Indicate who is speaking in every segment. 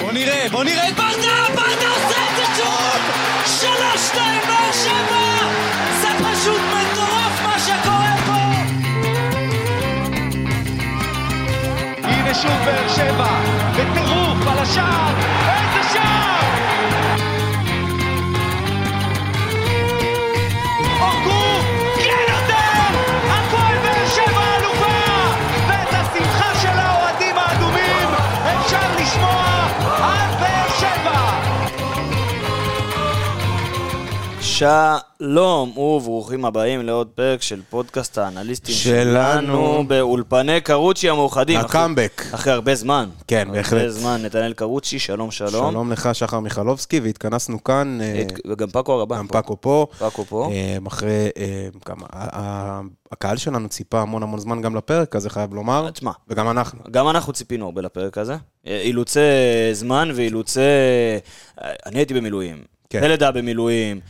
Speaker 1: בוא נראה, בוא נראה את ברדה! ברדה עושה את זה שוב! שלוש, שתיים, באר שבע! זה פשוט מטורף מה שקורה פה!
Speaker 2: הנה שוב באר שבע, בטירוף על השער, איזה שער! אורגו, כן יותר! הפועל באר שבע אלופה! ואת השמחה של האוהדים האדומים אפשר לשמוע על באר שבע!
Speaker 3: שלום וברוכים הבאים לעוד פרק של פודקאסט האנליסטים
Speaker 4: שלנו.
Speaker 3: באולפני קרוצ'י המאוחדים. אחרי-
Speaker 4: הקאמבק.
Speaker 3: אחרי הרבה זמן.
Speaker 4: כן,
Speaker 3: אחרי
Speaker 4: בהחלט.
Speaker 3: זמן, נתנאל קרוצ'י, שלום שלום.
Speaker 4: שלום לך, שחר מיכלובסקי, והתכנסנו כאן, אה,
Speaker 3: את- וגם פאקו הרבה.
Speaker 4: גם
Speaker 3: פה.
Speaker 4: פאקו פה.
Speaker 3: פאקו פה.
Speaker 4: אה, אחרי אה, כמה, ה- ה- הקהל שלנו ציפה המון המון זמן גם לפרק הזה, חייב לומר.
Speaker 3: תשמע.
Speaker 4: וגם אנחנו.
Speaker 3: גם אנחנו ציפינו הרבה לפרק הזה. אה, אילוצי זמן ואילוצי... אה, אני הייתי במילואים.
Speaker 4: כן.
Speaker 3: פלד היה במילואים.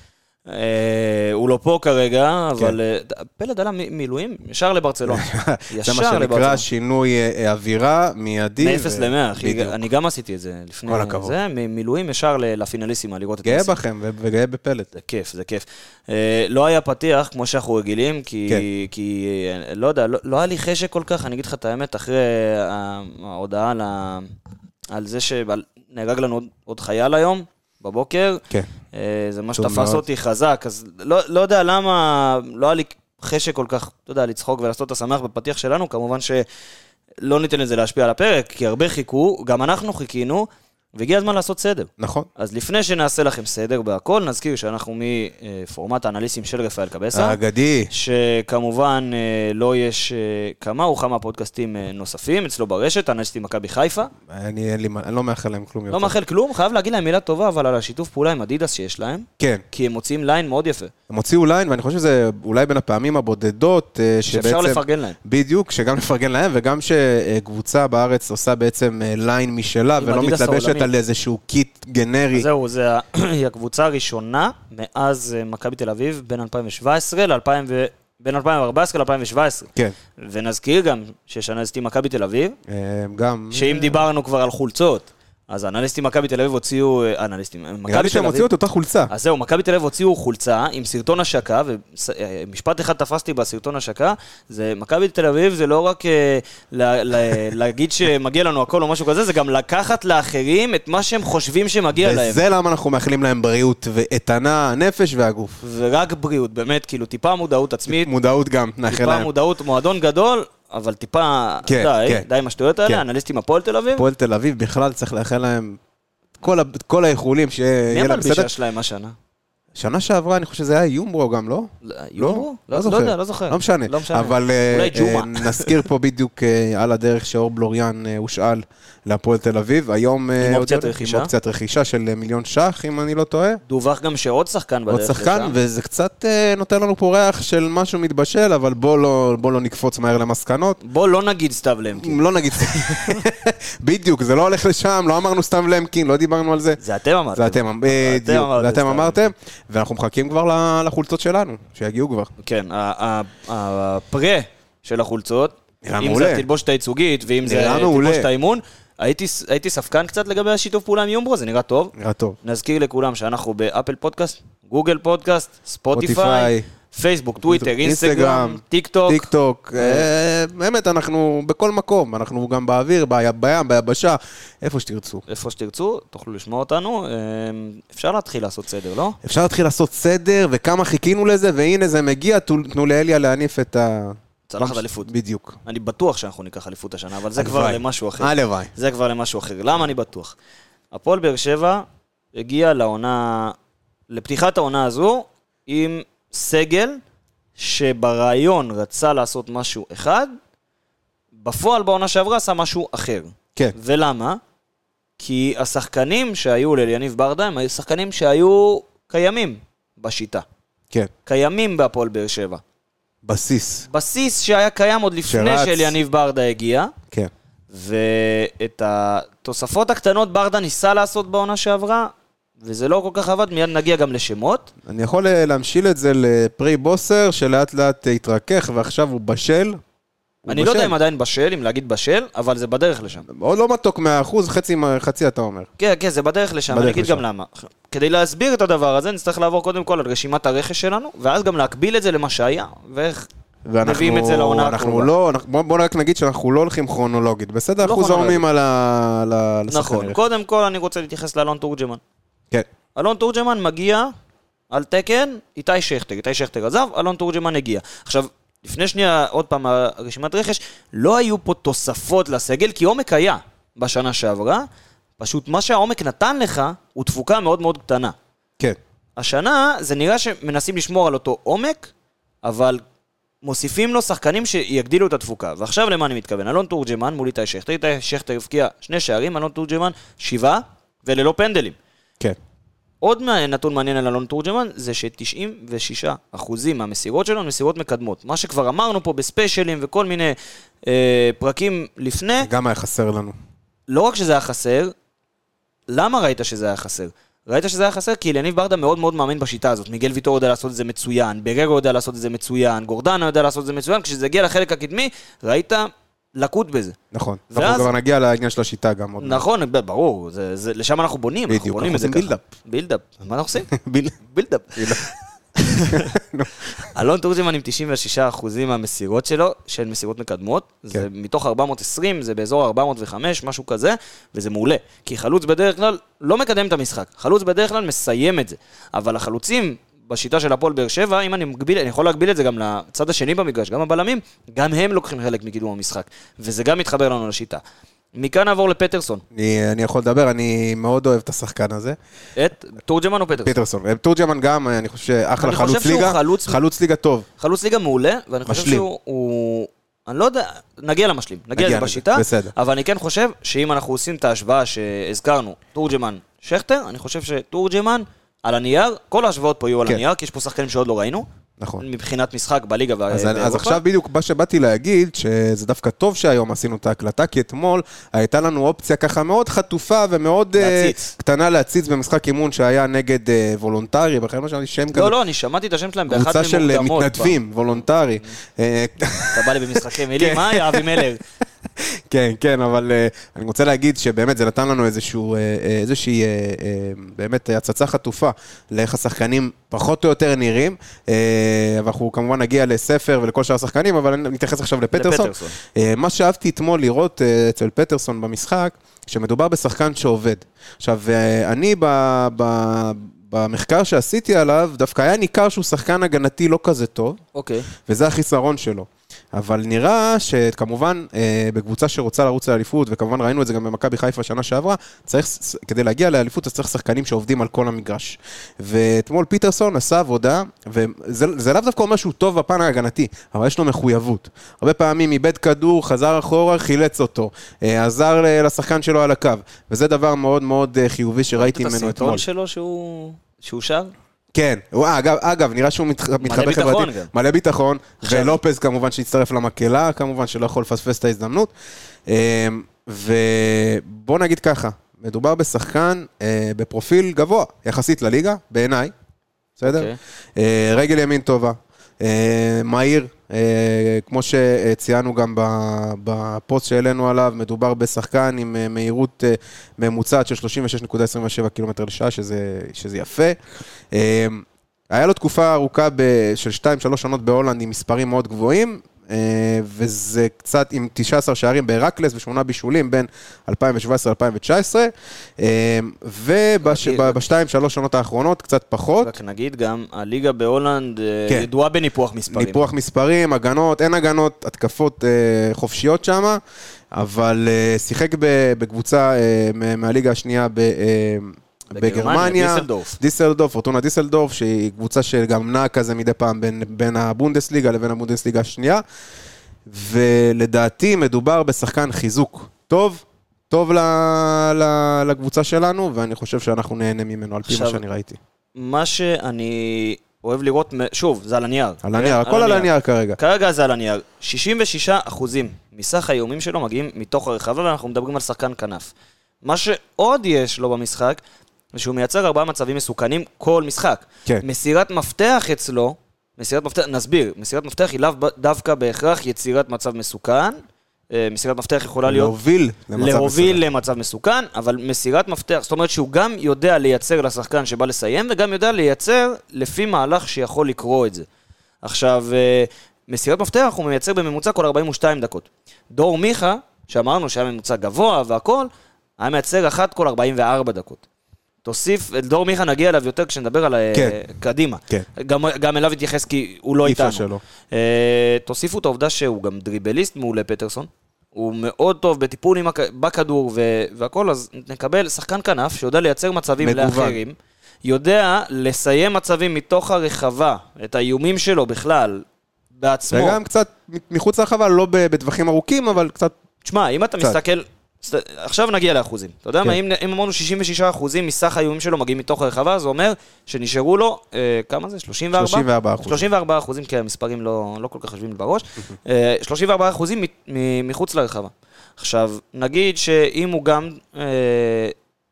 Speaker 3: אה, הוא לא פה כרגע, אבל אה, פלד עלה מ- מילואים ישר לברצלונה.
Speaker 4: כן. זה מה
Speaker 3: ישר
Speaker 4: שנקרא
Speaker 3: לברצלונה.
Speaker 4: שינוי אה, אה, אווירה מיידי.
Speaker 3: מ-0
Speaker 4: ו-
Speaker 3: ל-100, אחי.
Speaker 4: בדיוק.
Speaker 3: אני גם עשיתי את זה לפני...
Speaker 4: כל הכבוד.
Speaker 3: זה, ממילואים ישר ל- לפינליסימה, לראות את
Speaker 4: גאה
Speaker 3: מסי.
Speaker 4: בכם ו- וגאה בפלט.
Speaker 3: זה כיף, זה כיף. אה, לא היה פתיח כמו שאנחנו רגילים, כי, כן.
Speaker 4: כן.
Speaker 3: כי אה, לא יודע, לא, לא היה לי חשק כל כך, אני אגיד לך את האמת, אחרי ה- ההודעה על, ה, על זה שנהרג לנו עוד, עוד חייל היום, בבוקר,
Speaker 4: כן.
Speaker 3: אה, זה מה
Speaker 4: טוב
Speaker 3: שתפס
Speaker 4: מאוד.
Speaker 3: אותי חזק, אז לא, לא יודע למה, לא היה לי חשק כל כך, אתה יודע, לצחוק ולעשות את השמח בפתיח שלנו, כמובן שלא ניתן לזה להשפיע על הפרק, כי הרבה חיכו, גם אנחנו חיכינו, והגיע הזמן לעשות סדר.
Speaker 4: נכון.
Speaker 3: אז לפני שנעשה לכם סדר בהכל, נזכיר שאנחנו מפורמט האנליסטים של רפאל קבסה,
Speaker 4: האגדי.
Speaker 3: שכמובן אה, לא יש אה, כמה וכמה פודקאסטים אה, נוספים אצלו ברשת, אנליסטים מכבי חיפה.
Speaker 4: אני אין לי מה- אני לא מאחל להם כלום יותר.
Speaker 3: לא מאחל כלום, חייב להגיד להם מילה טובה, אבל על השיתוף פעולה עם אדידס שיש להם,
Speaker 4: כן.
Speaker 3: כי הם מוציאים ליין מאוד יפה.
Speaker 4: הם הוציאו ליין, ואני חושב שזה אולי בין הפעמים הבודדות אה, שבעצם...
Speaker 3: שאפשר לפרגן להם.
Speaker 4: בדיוק, שגם לפרגן להם, וגם שקבוצה בארץ עושה בעצם אה, ליין משלה,
Speaker 3: עם
Speaker 4: ולא
Speaker 3: אדידס
Speaker 4: מתלבשת
Speaker 3: העולמי.
Speaker 4: על איזשהו קיט גנרי.
Speaker 3: זהו, זה ה- היא הקבוצה הראשונה מאז אה, מכבי תל אביב בין 2017 ל... בין 2014 ל-2017.
Speaker 4: כן.
Speaker 3: ונזכיר גם שיש אנליסטים מכבי תל אביב,
Speaker 4: אה, גם...
Speaker 3: שאם דיברנו כבר על חולצות, אז אנליסטים מכבי תל אביב הוציאו... אה, אנליסטים,
Speaker 4: נראה לי
Speaker 3: מכבי
Speaker 4: שהם
Speaker 3: תל אביב...
Speaker 4: הוציאו את אותה חולצה.
Speaker 3: אז זהו, מכבי תל אביב הוציאו חולצה עם סרטון השקה, ומשפט אחד תפסתי בסרטון השקה, זה מכבי תל אביב זה לא רק אה, ל- ל- להגיד שמגיע לנו הכל או משהו כזה, זה גם לקחת לאחרים את מה שהם חושבים שמגיע להם.
Speaker 4: וזה למה אנחנו מאחלים להם בריאות ואיתנה, הנפש והגוף.
Speaker 3: ורק בריאות, באמת, כאילו טיפה מודעות עצמית,
Speaker 4: מודעות גם, נאחל
Speaker 3: טיפה
Speaker 4: להם.
Speaker 3: מודעות, מועדון גדול, אבל טיפה, אה,
Speaker 4: כן,
Speaker 3: די,
Speaker 4: כן.
Speaker 3: די עם השטויות האלה,
Speaker 4: כן.
Speaker 3: אנליסטים הפועל תל אביב.
Speaker 4: הפועל תל אביב בכלל צריך לאחל להם כל ה- כל האיחולים,
Speaker 3: מי
Speaker 4: שיהיה להם בסדר.
Speaker 3: המלבישה שלהם השנה?
Speaker 4: שנה שעברה, אני חושב שזה היה יומברו גם, לא?
Speaker 3: יומברו? לא, לא יודע, לא זוכר.
Speaker 4: לא משנה.
Speaker 3: לא משנה.
Speaker 4: אבל
Speaker 3: אולי
Speaker 4: אה,
Speaker 3: ג'ומה.
Speaker 4: אה, נזכיר פה בדיוק אה, על הדרך שאור בלוריאן אה, הושאל להפועל תל אביב. היום... אה,
Speaker 3: עם
Speaker 4: עוד-
Speaker 3: אופציית רכישה.
Speaker 4: עם אופציית רכישה של אה, מיליון ש"ח, אם אני לא טועה.
Speaker 3: דווח גם שעוד שחקן בדרך
Speaker 4: עוד
Speaker 3: לשם.
Speaker 4: שחקן, וזה קצת אה, נותן לנו פה ריח של משהו מתבשל, אבל בוא לא- בוא לא נקפוץ מהר למסקנות.
Speaker 3: בוא לא נגיד סתיו למקין.
Speaker 4: לא נגיד... בדיוק, זה לא הולך לשם, לא אמרנו סתם למקין, לא דיברנו על זה.
Speaker 3: זה אתם אמרתם.
Speaker 4: זה אתם, אמ- בדיוק, זה אתם
Speaker 3: סתיו
Speaker 4: אמרתם, ואנחנו מחכים כבר ל- לחולצות שלנו, שיגיעו כבר.
Speaker 3: למקין. כן, ה- ה- ה- הפרה של החולצות,
Speaker 4: נראה
Speaker 3: אם
Speaker 4: מעולה.
Speaker 3: זה תלבושת הייצוגית, ואם זה
Speaker 4: נראה
Speaker 3: תלבושת
Speaker 4: מעולה.
Speaker 3: האימון, הייתי ס- הייתי ספקן קצת לגבי השיתוף פעולה עם יומברו, זה נראה טוב.
Speaker 4: נראה טוב.
Speaker 3: נזכיר לכולם שאנחנו באפל פודקאסט, גוגל פודקאסט, ספוטיפיי, פייסבוק, טוויטר, אינסטגרם, טיק טוק.
Speaker 4: טיק טוק. אה, באמת, אנחנו בכל מקום, אנחנו גם באוויר, בי- בים, ביבשה, איפה שתרצו.
Speaker 3: איפה שתרצו, תוכלו לשמוע אותנו. אה, אפשר להתחיל לעשות סדר, לא?
Speaker 4: אפשר להתחיל לעשות סדר, וכמה חיכינו לזה, והנה זה מגיע, תו- תנו לאליה להניף את ה...
Speaker 3: צלחת אליפות.
Speaker 4: בדיוק.
Speaker 3: אני בטוח שאנחנו ניקח אליפות השנה, אבל זה כבר
Speaker 4: הלוואי.
Speaker 3: למשהו אחר.
Speaker 4: הלוואי.
Speaker 3: זה כבר למשהו אחר. למה אני בטוח? הפועל באר שבע הגיע לעונה, לפתיחת העונה הזו עם סגל שברעיון רצה לעשות משהו אחד, בפועל בעונה שעברה עשה משהו אחר.
Speaker 4: כן.
Speaker 3: ולמה? כי השחקנים שהיו ליניב ברדה הם היו שחקנים שהיו קיימים בשיטה.
Speaker 4: כן.
Speaker 3: קיימים בהפועל באר שבע.
Speaker 4: בסיס.
Speaker 3: בסיס שהיה קיים עוד לפני
Speaker 4: שרץ.
Speaker 3: שאליניב ברדה הגיע.
Speaker 4: כן.
Speaker 3: ואת התוספות הקטנות ברדה ניסה לעשות בעונה שעברה, וזה לא כל כך עבד, מיד נגיע גם לשמות.
Speaker 4: אני יכול אה, להמשיל את זה לפרי בוסר, שלאט לאט אה, התרכך, ועכשיו הוא בשל. הוא
Speaker 3: אני לא יודע
Speaker 4: בשל.
Speaker 3: אם עדיין בשל, אם להגיד בשל, אבל זה בדרך לשם.
Speaker 4: עוד לא מתוק 100%, חצי, חצי אתה אומר.
Speaker 3: כן, כן, זה בדרך לשם, אני
Speaker 4: בדרך
Speaker 3: אגיד
Speaker 4: לשם.
Speaker 3: גם למה. כדי להסביר את הדבר הזה, נצטרך לעבור קודם כל על רשימת הרכש שלנו, ואז גם להקביל את זה למה שהיה, ואיך
Speaker 4: ואנחנו-
Speaker 3: מביאים את זה לעונה
Speaker 4: אנחנו
Speaker 3: הקרובה. לא
Speaker 4: לא, אנחנו, בוא, בוא רק נגיד שאנחנו לא הולכים כרונולוגית, בסדר? אנחנו
Speaker 3: כרונולוגית.
Speaker 4: זורמים על ה... על ה- לשחקן
Speaker 3: נכון.
Speaker 4: הזה.
Speaker 3: קודם כל אני רוצה להתייחס לאלון תורג'מן.
Speaker 4: כן.
Speaker 3: אלון תורג'מן מגיע על תקן איתי שכטר. איתי שכטר עזב, אלון תורג'מן הגיע. עכשיו, לפני שנייה, עוד פעם, רשימת רכש, לא היו פה תוספות לסגל, כי עומק היה בשנה שעברה, פשוט מה שהעומק נתן לך הוא תפוקה מאוד מאוד קטנה.
Speaker 4: כן.
Speaker 3: השנה זה נראה שמנסים לשמור על אותו עומק, אבל מוסיפים לו שחקנים שיגדילו את התפוקה. ועכשיו למה אני מתכוון? אלון תורג'מן מול איתי שכטר. איתי שכטר הבקיע שני שערים, אלון תורג'מן שבעה, וללא פנדלים.
Speaker 4: כן.
Speaker 3: עוד מה- נתון מעניין על אלון תורג'מן, זה ש-96% מהמסירות שלו הן מסירות מקדמות. מה שכבר אמרנו פה בספיישלים וכל מיני אה, פרקים לפני,
Speaker 4: גם היה חסר לנו.
Speaker 3: לא רק שזה היה חסר, למה ראית שזה היה חסר? ראית שזה היה חסר כי אליניב ברדה מאוד מאוד מאמין בשיטה הזאת. מיגל ויטור יודע לעשות את זה מצוין, בררו יודע לעשות את זה מצוין, גורדנה יודע לעשות את זה מצוין, כשזה הגיע לחלק הקדמי, ראית לקות בזה.
Speaker 4: נכון.
Speaker 3: ואז-
Speaker 4: אנחנו כבר נגיע לעניין של השיטה גם עוד. מעט.
Speaker 3: נכון, ב- ברור, זה, זה, לשם אנחנו בונים, אנחנו
Speaker 4: בדיוק,
Speaker 3: בונים
Speaker 4: אנחנו
Speaker 3: את זה
Speaker 4: עושים
Speaker 3: ככה. בילדאפ. מה אנחנו עושים?
Speaker 4: ביל-
Speaker 3: בילדאפ.
Speaker 4: ביל-
Speaker 3: אלון תורג'מן עם 96% מהמסירות שלו, שהן מסירות מקדמות. זה מתוך 420, זה באזור 405, משהו כזה, וזה מעולה. כי חלוץ בדרך כלל לא מקדם את המשחק. חלוץ בדרך כלל מסיים את זה. אבל החלוצים... בשיטה של הפועל באר שבע, אם אני מגביל, אני יכול להגביל את זה גם לצד השני במגרש, גם הבלמים, גם הם לוקחים חלק מקידום המשחק. וזה גם מתחבר לנו לשיטה. מכאן נעבור לפטרסון.
Speaker 4: אני- אני יכול לדבר, אני מאוד אוהב את השחקן הזה.
Speaker 3: את תורג'מן או פטרסון?
Speaker 4: פיטרסון. אה, תורג'מן גם, אני חושב שאחלה
Speaker 3: אני חושב
Speaker 4: חלוץ
Speaker 3: שהוא
Speaker 4: ליגה.
Speaker 3: חלוץ-
Speaker 4: חלוץ ליגה טוב.
Speaker 3: חלוץ ליגה מעולה, ואני חושב
Speaker 4: משלים.
Speaker 3: שהוא... הוא... אני לא יודע, נגיע למשלים, נגיע
Speaker 4: נגיע
Speaker 3: לזה
Speaker 4: לזה,
Speaker 3: בשיטה,
Speaker 4: בסדר.
Speaker 3: אבל אני כן חושב שאם אנחנו עושים את ההשוואה שהזכרנו, תורג'מן, שכטר, אני חושב שתורג'מן על הנייר, כל ההשוואות פה יהיו על
Speaker 4: כן.
Speaker 3: הנייר, כי יש פה שחקנים שעוד לא ראינו,
Speaker 4: נכון.
Speaker 3: מבחינת משחק בליגה וה-
Speaker 4: אז, אני-
Speaker 3: באירופה.
Speaker 4: אז עכשיו בדיוק מה שבאתי להגיד, שזה דווקא טוב שהיום עשינו את ההקלטה, כי אתמול הייתה לנו אופציה ככה מאוד חטופה ומאוד אה,
Speaker 3: להציץ.
Speaker 4: קטנה להציץ במשחק אימון שהיה נגד אה, וולונטרי, בכלל מה שאני שם כזה,
Speaker 3: לא, לא, אני שמעתי את השם שלהם באחת
Speaker 4: קבוצה של אה,
Speaker 3: ממוקדמות. Mm.
Speaker 4: מתנדבים, כן. וולונטרי. אה,
Speaker 3: כבר. אתה בא לי במשחקי מילים, אה, מה היה אבי מלר?
Speaker 4: כן, כן, אבל אה, אני רוצה להגיד שבאמת זה נתן לנו איזשהו, אה, אה, איזושהי אה, אה, באמת אה, הצצה חטופה לאיך השחקנים פחות או יותר נראים, אה, ואנחנו כמובן נגיע לספר ולכל שאר השחקנים, אבל אני נתייחס עכשיו לפטרסון.
Speaker 3: לפטרסון.
Speaker 4: אה, מה שאהבתי אתמול לראות אה, אצל פטרסון במשחק, שמדובר בשחקן שעובד. עכשיו, אה, אני ב... ב במחקר שעשיתי עליו, דווקא היה ניכר שהוא שחקן הגנתי לא כזה טוב,
Speaker 3: אוקיי.
Speaker 4: וזה החיסרון שלו. אבל נראה שכמובן, אה, בקבוצה שרוצה לרוץ לאליפות, וכמובן ראינו את זה גם במכבי חיפה שנה שעברה, צריך, ס- ס- כדי להגיע לאליפות, אז צריך שחקנים שעובדים על כל המגרש. ואתמול פיטרסון עשה עבודה, וזה זה לאו דווקא אומר שהוא טוב בפן ההגנתי, אבל יש לו מחויבות. הרבה פעמים איבד כדור, חזר אחורה, חילץ אותו, אה, עזר אה, לשחקן שלו על הקו, וזה דבר מאוד מאוד אה, חיובי שראיתי
Speaker 3: את
Speaker 4: ממנו
Speaker 3: הסרטון
Speaker 4: אתמול.
Speaker 3: שלו שהוא שהוא שר?
Speaker 4: כן, הוא, אה, אגב, אגב, נראה שהוא מת, מתחבר
Speaker 3: ביטחון
Speaker 4: חברתית.
Speaker 3: גם.
Speaker 4: מלא ביטחון.
Speaker 3: עכשיו-
Speaker 4: ולופז כמובן שהצטרף למקהלה, כמובן שלא יכול לפספס את ההזדמנות. אמ, ובוא נגיד ככה, מדובר בשחקן אה, בפרופיל גבוה, יחסית לליגה, בעיניי, בסדר? אה, רגל ימין טובה, אה, מהיר, אה, כמו שציינו גם ב- בפוסט שהעלינו עליו, מדובר בשחקן עם אה, מהירות אה, ממוצעת של 36.27 קילומטר לשעה, שזה, שזה יפה. אה, היה לו תקופה ארוכה ב- של 2-3 שנות בהולנד עם מספרים מאוד גבוהים. אה, וזה קצת עם 19 שערים בהרקלס ושמונה בישולים בין 2017-2019, אה, ובשתיים, שלוש שנות האחרונות קצת פחות.
Speaker 3: רק נגיד גם, הליגה בהולנד אה,
Speaker 4: כן.
Speaker 3: ידועה בניפוח מספרים.
Speaker 4: ניפוח מספרים, הגנות, אין הגנות, התקפות אה, חופשיות שם, אבל אה, שיחק ב, בקבוצה אה, מ- מהליגה השנייה ב, אה,
Speaker 3: בגרמניה,
Speaker 4: בגרמניה.
Speaker 3: דיסלדורף.
Speaker 4: דיסלדורף, פורטונה דיסלדורף, שהיא קבוצה שגם נעה כזה מדי פעם בין, בין הבונדסליגה לבין הבונדסליגה השנייה. ולדעתי מדובר בשחקן חיזוק טוב, טוב ל, ל, לקבוצה שלנו, ואני חושב שאנחנו נהנה ממנו, על פי מה
Speaker 3: עכשיו-
Speaker 4: שאני ראיתי.
Speaker 3: מה שאני אוהב לראות, מ- שוב, זה אה, על הנייר.
Speaker 4: על הנייר, הכל על הנייר כרגע.
Speaker 3: כרגע זה על הנייר. 66 אחוזים מסך האיומים שלו מגיעים מתוך הרחבה, ואנחנו מדברים על שחקן כנף. מה שעוד יש לו במשחק, זה שהוא מייצר ארבעה מצבים מסוכנים כל משחק.
Speaker 4: כן.
Speaker 3: מסירת מפתח אצלו מסירת מפתח, נסביר, מסירת מפתח היא לאו ב- דווקא בהכרח יצירת מצב מסוכן. אה, מסירת מפתח יכולה להיות...
Speaker 4: להוביל למצב
Speaker 3: להוביל
Speaker 4: מסוים.
Speaker 3: למצב מסוכן, אבל מסירת מפתח, זאת אומרת שהוא גם יודע לייצר לשחקן שבא לסיים, וגם יודע לייצר לפי מהלך שיכול לקרוא את זה. עכשיו, אה, מסירת מפתח הוא מייצר בממוצע כל 42 דקות. דור מיכה, שאמרנו שהיה ממוצע גבוה והכול, היה מייצר אחת כל 44 דקות. תוסיף, את דור מיכה נגיע אליו יותר כשנדבר על ה-
Speaker 4: כן.
Speaker 3: קדימה.
Speaker 4: כן.
Speaker 3: גם, גם אליו התייחס כי הוא לא
Speaker 4: אי אפשר
Speaker 3: איתנו.
Speaker 4: שלא.
Speaker 3: אה, תוסיפו את העובדה שהוא גם דריבליסט מעולה, פטרסון. הוא מאוד טוב בטיפול עם הכ... בכדור ו... והכל, אז נקבל שחקן כנף שיודע לייצר מצבים
Speaker 4: מגוון.
Speaker 3: לאחרים. יודע לסיים מצבים מתוך הרחבה, את האיומים שלו בכלל, בעצמו.
Speaker 4: וגם קצת מחוץ לרחבה, לא ב- בטווחים ארוכים, אבל קצת...
Speaker 3: תשמע, אם אתה
Speaker 4: קצת.
Speaker 3: מסתכל... סת- עכשיו נגיע לאחוזים. אתה יודע
Speaker 4: כן.
Speaker 3: מה, אם, אם אמרנו 66% מסך האיומים שלו מגיעים מתוך הרחבה, זה אומר שנשארו לו, אה, כמה זה? 34?
Speaker 4: 34%.
Speaker 3: 34 אחוזים, כי המספרים לא, לא כל כך חושבים לי בראש. אה, 34 אחוזים מ- מ- מחוץ לרחבה. עכשיו, נגיד שאם הוא גם אה,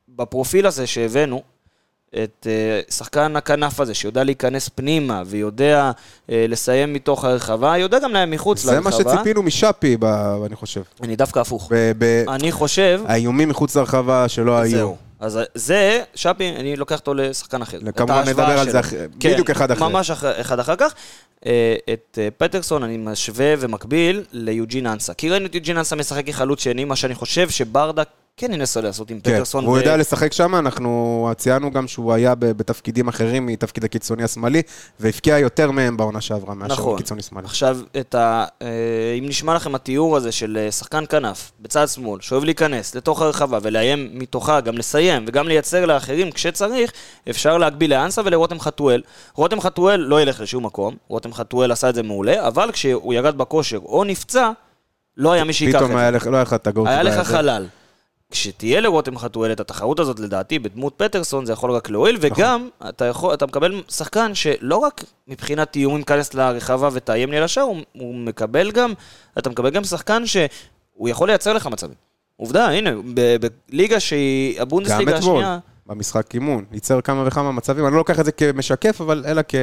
Speaker 3: בפרופיל הזה שהבאנו, את אה, שחקן הכנף הזה, שיודע להיכנס פנימה ויודע אה, לסיים מתוך הרחבה, יודע גם להם מחוץ
Speaker 4: זה
Speaker 3: לרחבה.
Speaker 4: מה שציפינו משאפי, ב- אני חושב.
Speaker 3: אני דווקא הפוך.
Speaker 4: ב- ב-
Speaker 3: אני חושב...
Speaker 4: האיומים מחוץ לרחבה שלא היו.
Speaker 3: זהו. אז אה, זה, שפי, אני לוקח אותו לשחקן אחר. את
Speaker 4: כמובן,
Speaker 3: ההשוואה
Speaker 4: נדבר על זה
Speaker 3: שלו. כן,
Speaker 4: אחרי- בדיוק אחד אחרי.
Speaker 3: ממש אח- אחד אחר כך. אה, את אה, פטרסון אני משווה ומקביל ליוג'ין אנסה. כי ראינו את יוג'ין אנסה משחק כחלוץ שני, מה שאני חושב שברדה כן ינסה לעשות עם
Speaker 4: כן,
Speaker 3: פטרסון.
Speaker 4: הוא
Speaker 3: ו-
Speaker 4: יודע לשחק שם, אנחנו ציינו גם שהוא היה ב- בתפקידים אחרים מתפקיד הקיצוני השמאלי, והבקיע יותר מהם בעונה שעברה מאשר
Speaker 3: נכון.
Speaker 4: קיצוני שמאלי.
Speaker 3: עכשיו, את ה... אה, אם נשמע לכם התיאור הזה של אה, שחקן כנף, בצד שמאל, שאוהב להיכנס לתוך הרחבה ולאיים מתוכה, גם לסיים וגם לייצר לאחרים כשצריך, אפשר להגביל לאנסה ולרותם חתואל. רותם חתואל לא ילך לשום מקום, רותם חתואל עשה את זה מעולה, אבל כשהוא ירד בכושר או נפצע, לא היה מי שייקח את
Speaker 4: פתאום
Speaker 3: זה.
Speaker 4: היה לך- לא היה לך את הגורט.
Speaker 3: היה לך חלל. כשתהיה לרותם חתואל את התחרות הזאת, לדעתי, בדמות פטרסון, זה יכול רק להועיל,
Speaker 4: נכון.
Speaker 3: וגם אתה, יכול, אתה מקבל שחקן שלא רק מבחינת איום, אם ייכנס לרחבה ותאיים לי על השער, הוא, הוא מקבל גם, אתה מקבל גם שחקן שהוא יכול לייצר לך מצבים. עובדה, הנה, ב- בליגה שהיא
Speaker 4: גם
Speaker 3: הבונדסליגה
Speaker 4: אתמול,
Speaker 3: השנייה,
Speaker 4: במשחק אימון, ייצר כמה וכמה מצבים, אני לא לוקח את זה כמשקף, אבל אלא כ...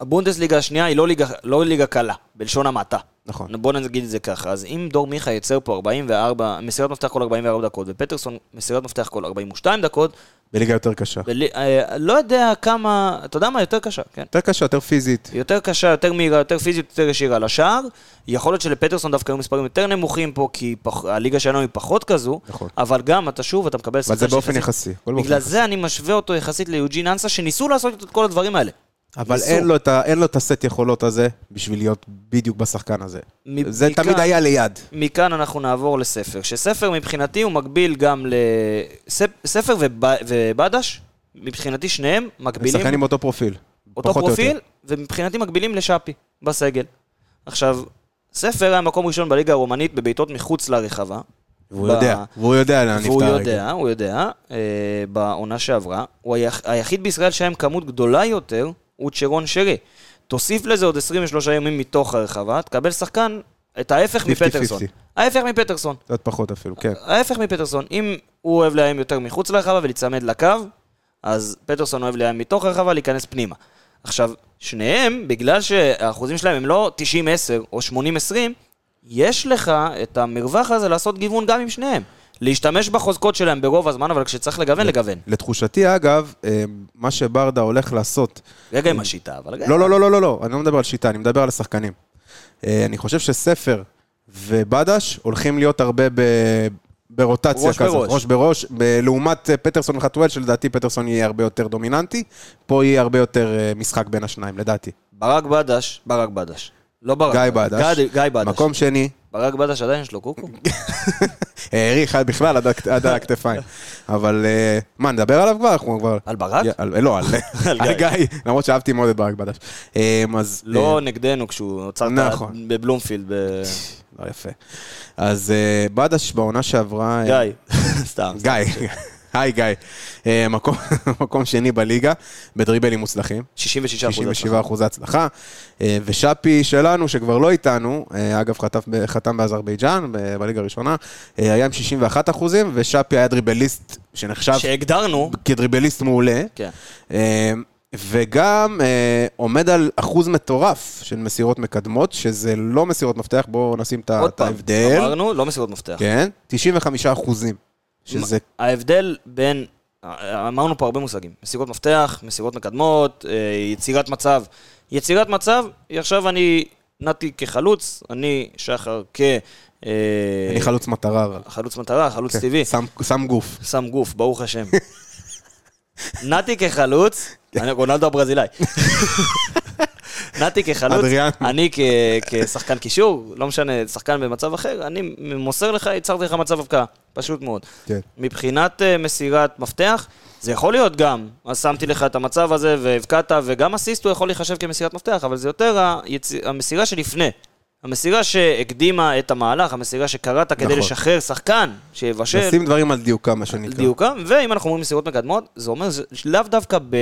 Speaker 3: הבונדסליגה השנייה היא לא ליגה, לא ליגה קלה, בלשון המעטה.
Speaker 4: נכון.
Speaker 3: בוא נגיד את זה ככה, אז אם דור מיכה ייצר פה 44, מסירת מפתח כל 44 דקות, ופטרסון מסירת מפתח כל 42 דקות,
Speaker 4: בליגה יותר קשה.
Speaker 3: בלי, אה, לא יודע כמה, אתה יודע מה? יותר קשה, כן.
Speaker 4: יותר קשה, יותר פיזית.
Speaker 3: יותר קשה, יותר מהירה, יותר פיזית, יותר ישירה לשער. יכול להיות שלפטרסון דווקא היו מספרים יותר נמוכים פה, כי פח, הליגה שלנו היא פחות כזו,
Speaker 4: נכון.
Speaker 3: אבל גם אתה שוב, אתה מקבל
Speaker 4: אבל זה
Speaker 3: שחקן
Speaker 4: באופן
Speaker 3: שיחסית-
Speaker 4: יחסי. הכל באופן
Speaker 3: בגלל
Speaker 4: יחסי.
Speaker 3: זה אני משווה אותו יחסית ליוג'ין אנסה, שניסו לעשות את כל הדברים האלה.
Speaker 4: אבל
Speaker 3: ניסו.
Speaker 4: אין לו את ה- אין לו את הסט יכולות הזה בשביל להיות בדיוק בשחקן הזה.
Speaker 3: מ-
Speaker 4: זה
Speaker 3: מכאן-
Speaker 4: תמיד היה ליד.
Speaker 3: מכאן אנחנו נעבור לספר, שספר מבחינתי הוא מקביל גם לספר ובדש, מבחינתי שניהם
Speaker 4: הם
Speaker 3: מקבילים
Speaker 4: שחקנים עם אותו פרופיל.
Speaker 3: אותו
Speaker 4: פחות או יותר.
Speaker 3: פרופיל, ומבחינתי מקבילים לשאפי בסגל. עכשיו, ספר היה מקום ראשון בליגה הרומנית בבעיטות מחוץ לרחבה.
Speaker 4: והוא
Speaker 3: ב-
Speaker 4: יודע, והוא יודע לאן נפתר
Speaker 3: והוא
Speaker 4: הרגל.
Speaker 3: יודע, הוא יודע, אה, בעונה שעברה, הוא היח, היחיד בישראל שהיה עם כמות גדולה יותר, הוא צ'רון שרי. תוסיף לזה עוד 23 ימים מתוך הרחבה, תקבל שחקן, את ההפך
Speaker 4: 50-50.
Speaker 3: מפטרסון. ההפך מפטרסון.
Speaker 4: קצת פחות אפילו, כן.
Speaker 3: ההפך מפטרסון, אם הוא אוהב לאיים יותר מחוץ לרחבה ולהיצמד לקו, אז פטרסון אוהב לאיים מתוך הרחבה, להיכנס פנימה. עכשיו, שניהם, בגלל שהאחוזים שלהם הם לא 90-10 או 80-20, יש לך את המרווח הזה לעשות גיוון גם עם שניהם. להשתמש בחוזקות שלהם ברוב הזמן, אבל כשצריך לגוון, לגוון.
Speaker 4: לתחושתי, אגב, אה, מה שברדה הולך לעשות...
Speaker 3: רגע עם השיטה, אבל רגע.
Speaker 4: לא, לא, לא, לא, לא, לא, אני לא מדבר על שיטה, אני מדבר על השחקנים. אה, אני חושב שספר ובדש הולכים להיות הרבה ב... ברוטציה
Speaker 3: ראש
Speaker 4: כזאת,
Speaker 3: בראש.
Speaker 4: ראש בראש, ב- לעומת אה, פטרסון וחתואל, שלדעתי פטרסון יהיה הרבה יותר דומיננטי, פה יהיה הרבה יותר אה, משחק בין השניים, לדעתי.
Speaker 3: ברק בדש, ברק בדש. לא ברק
Speaker 4: גיא בדש,
Speaker 3: גד- גיא בדש.
Speaker 4: מקום שני,
Speaker 3: ברק בדש עדיין יש לו קוקו?
Speaker 4: האריך עד בכלל עד הכ- עד הכתפיים. אבל אה, מה, נדבר עליו כבר? אנחנו כבר...
Speaker 3: על ברק?
Speaker 4: יא- על- לא, על
Speaker 3: על
Speaker 4: על
Speaker 3: גיא.
Speaker 4: גיא, למרות שאהבתי מאוד את ברק בדש. אה, אז...
Speaker 3: לא נגדנו כשהוא עוצר את ה-
Speaker 4: נכון.
Speaker 3: בבלומפילד. ב-
Speaker 4: אה, לא יפה. אז אה, בדש בעונה שעברה... אה,
Speaker 3: גיא. סתם. סתם.
Speaker 4: גיא. היי גיא. אה, מקום- מקום שני בליגה, בדריבלים מוצלחים.
Speaker 3: 66 אחוז.
Speaker 4: 97 אחוזי הצלחה. אה, ושאפי שלנו, שכבר לא איתנו, אה, אגב, חטף ב- חתם באזרבייג'אן, ב- בליגה הראשונה, אה, היה עם 61 אחוזים, ושאפי היה דריבליסט שנחשב
Speaker 3: שהגדרנו,
Speaker 4: כדריבליסט מעולה.
Speaker 3: כן.
Speaker 4: אה, וגם אה, עומד על אחוז מטורף של מסירות מקדמות, שזה לא מסירות מפתח, בואו נשים את ה-
Speaker 3: עוד
Speaker 4: את
Speaker 3: פעם,
Speaker 4: ההבדל.
Speaker 3: אמרנו, לא מסירות מפתח.
Speaker 4: כן, 95 אחוזים. שזה
Speaker 3: ההבדל בין, אמרנו פה הרבה מושגים, מסירות מפתח, מסירות מקדמות, אה, יצירת מצב. יצירת מצב, היא עכשיו אני נתי כחלוץ, אני שחר כ... אה,
Speaker 4: אני חלוץ מטרה, אבל.
Speaker 3: חלוץ מטרה, חלוץ
Speaker 4: כן,
Speaker 3: טבעי.
Speaker 4: שם, שם גוף.
Speaker 3: שם גוף, ברוך השם. נתי כחלוץ,
Speaker 4: כן.
Speaker 3: אני רונלדו הברזילאי. נתי כחלוץ,
Speaker 4: אדריאן.
Speaker 3: אני כ- כשחקן קישור, לא משנה, שחקן במצב אחר, אני מוסר לך, יצרתי לך מצב הבקעה, פשוט מאוד.
Speaker 4: כן.
Speaker 3: מבחינת אה, מסירת מפתח, זה יכול להיות גם, אז שמתי לך את המצב הזה והבקעת, וגם אסיסט הוא יכול להיחשב כמסירת מפתח, אבל זה יותר היצ... המסירה שלפני. המסירה שהקדימה את המהלך, המסירה שקראת כדי
Speaker 4: נכון.
Speaker 3: לשחרר שחקן שיבשל.
Speaker 4: לשים דברים על דיוקם, מה שנקרא.
Speaker 3: דיוקם, אה? ואם אנחנו אומרים מסירות מקדמות, זה אומר זה לאו דווקא ב...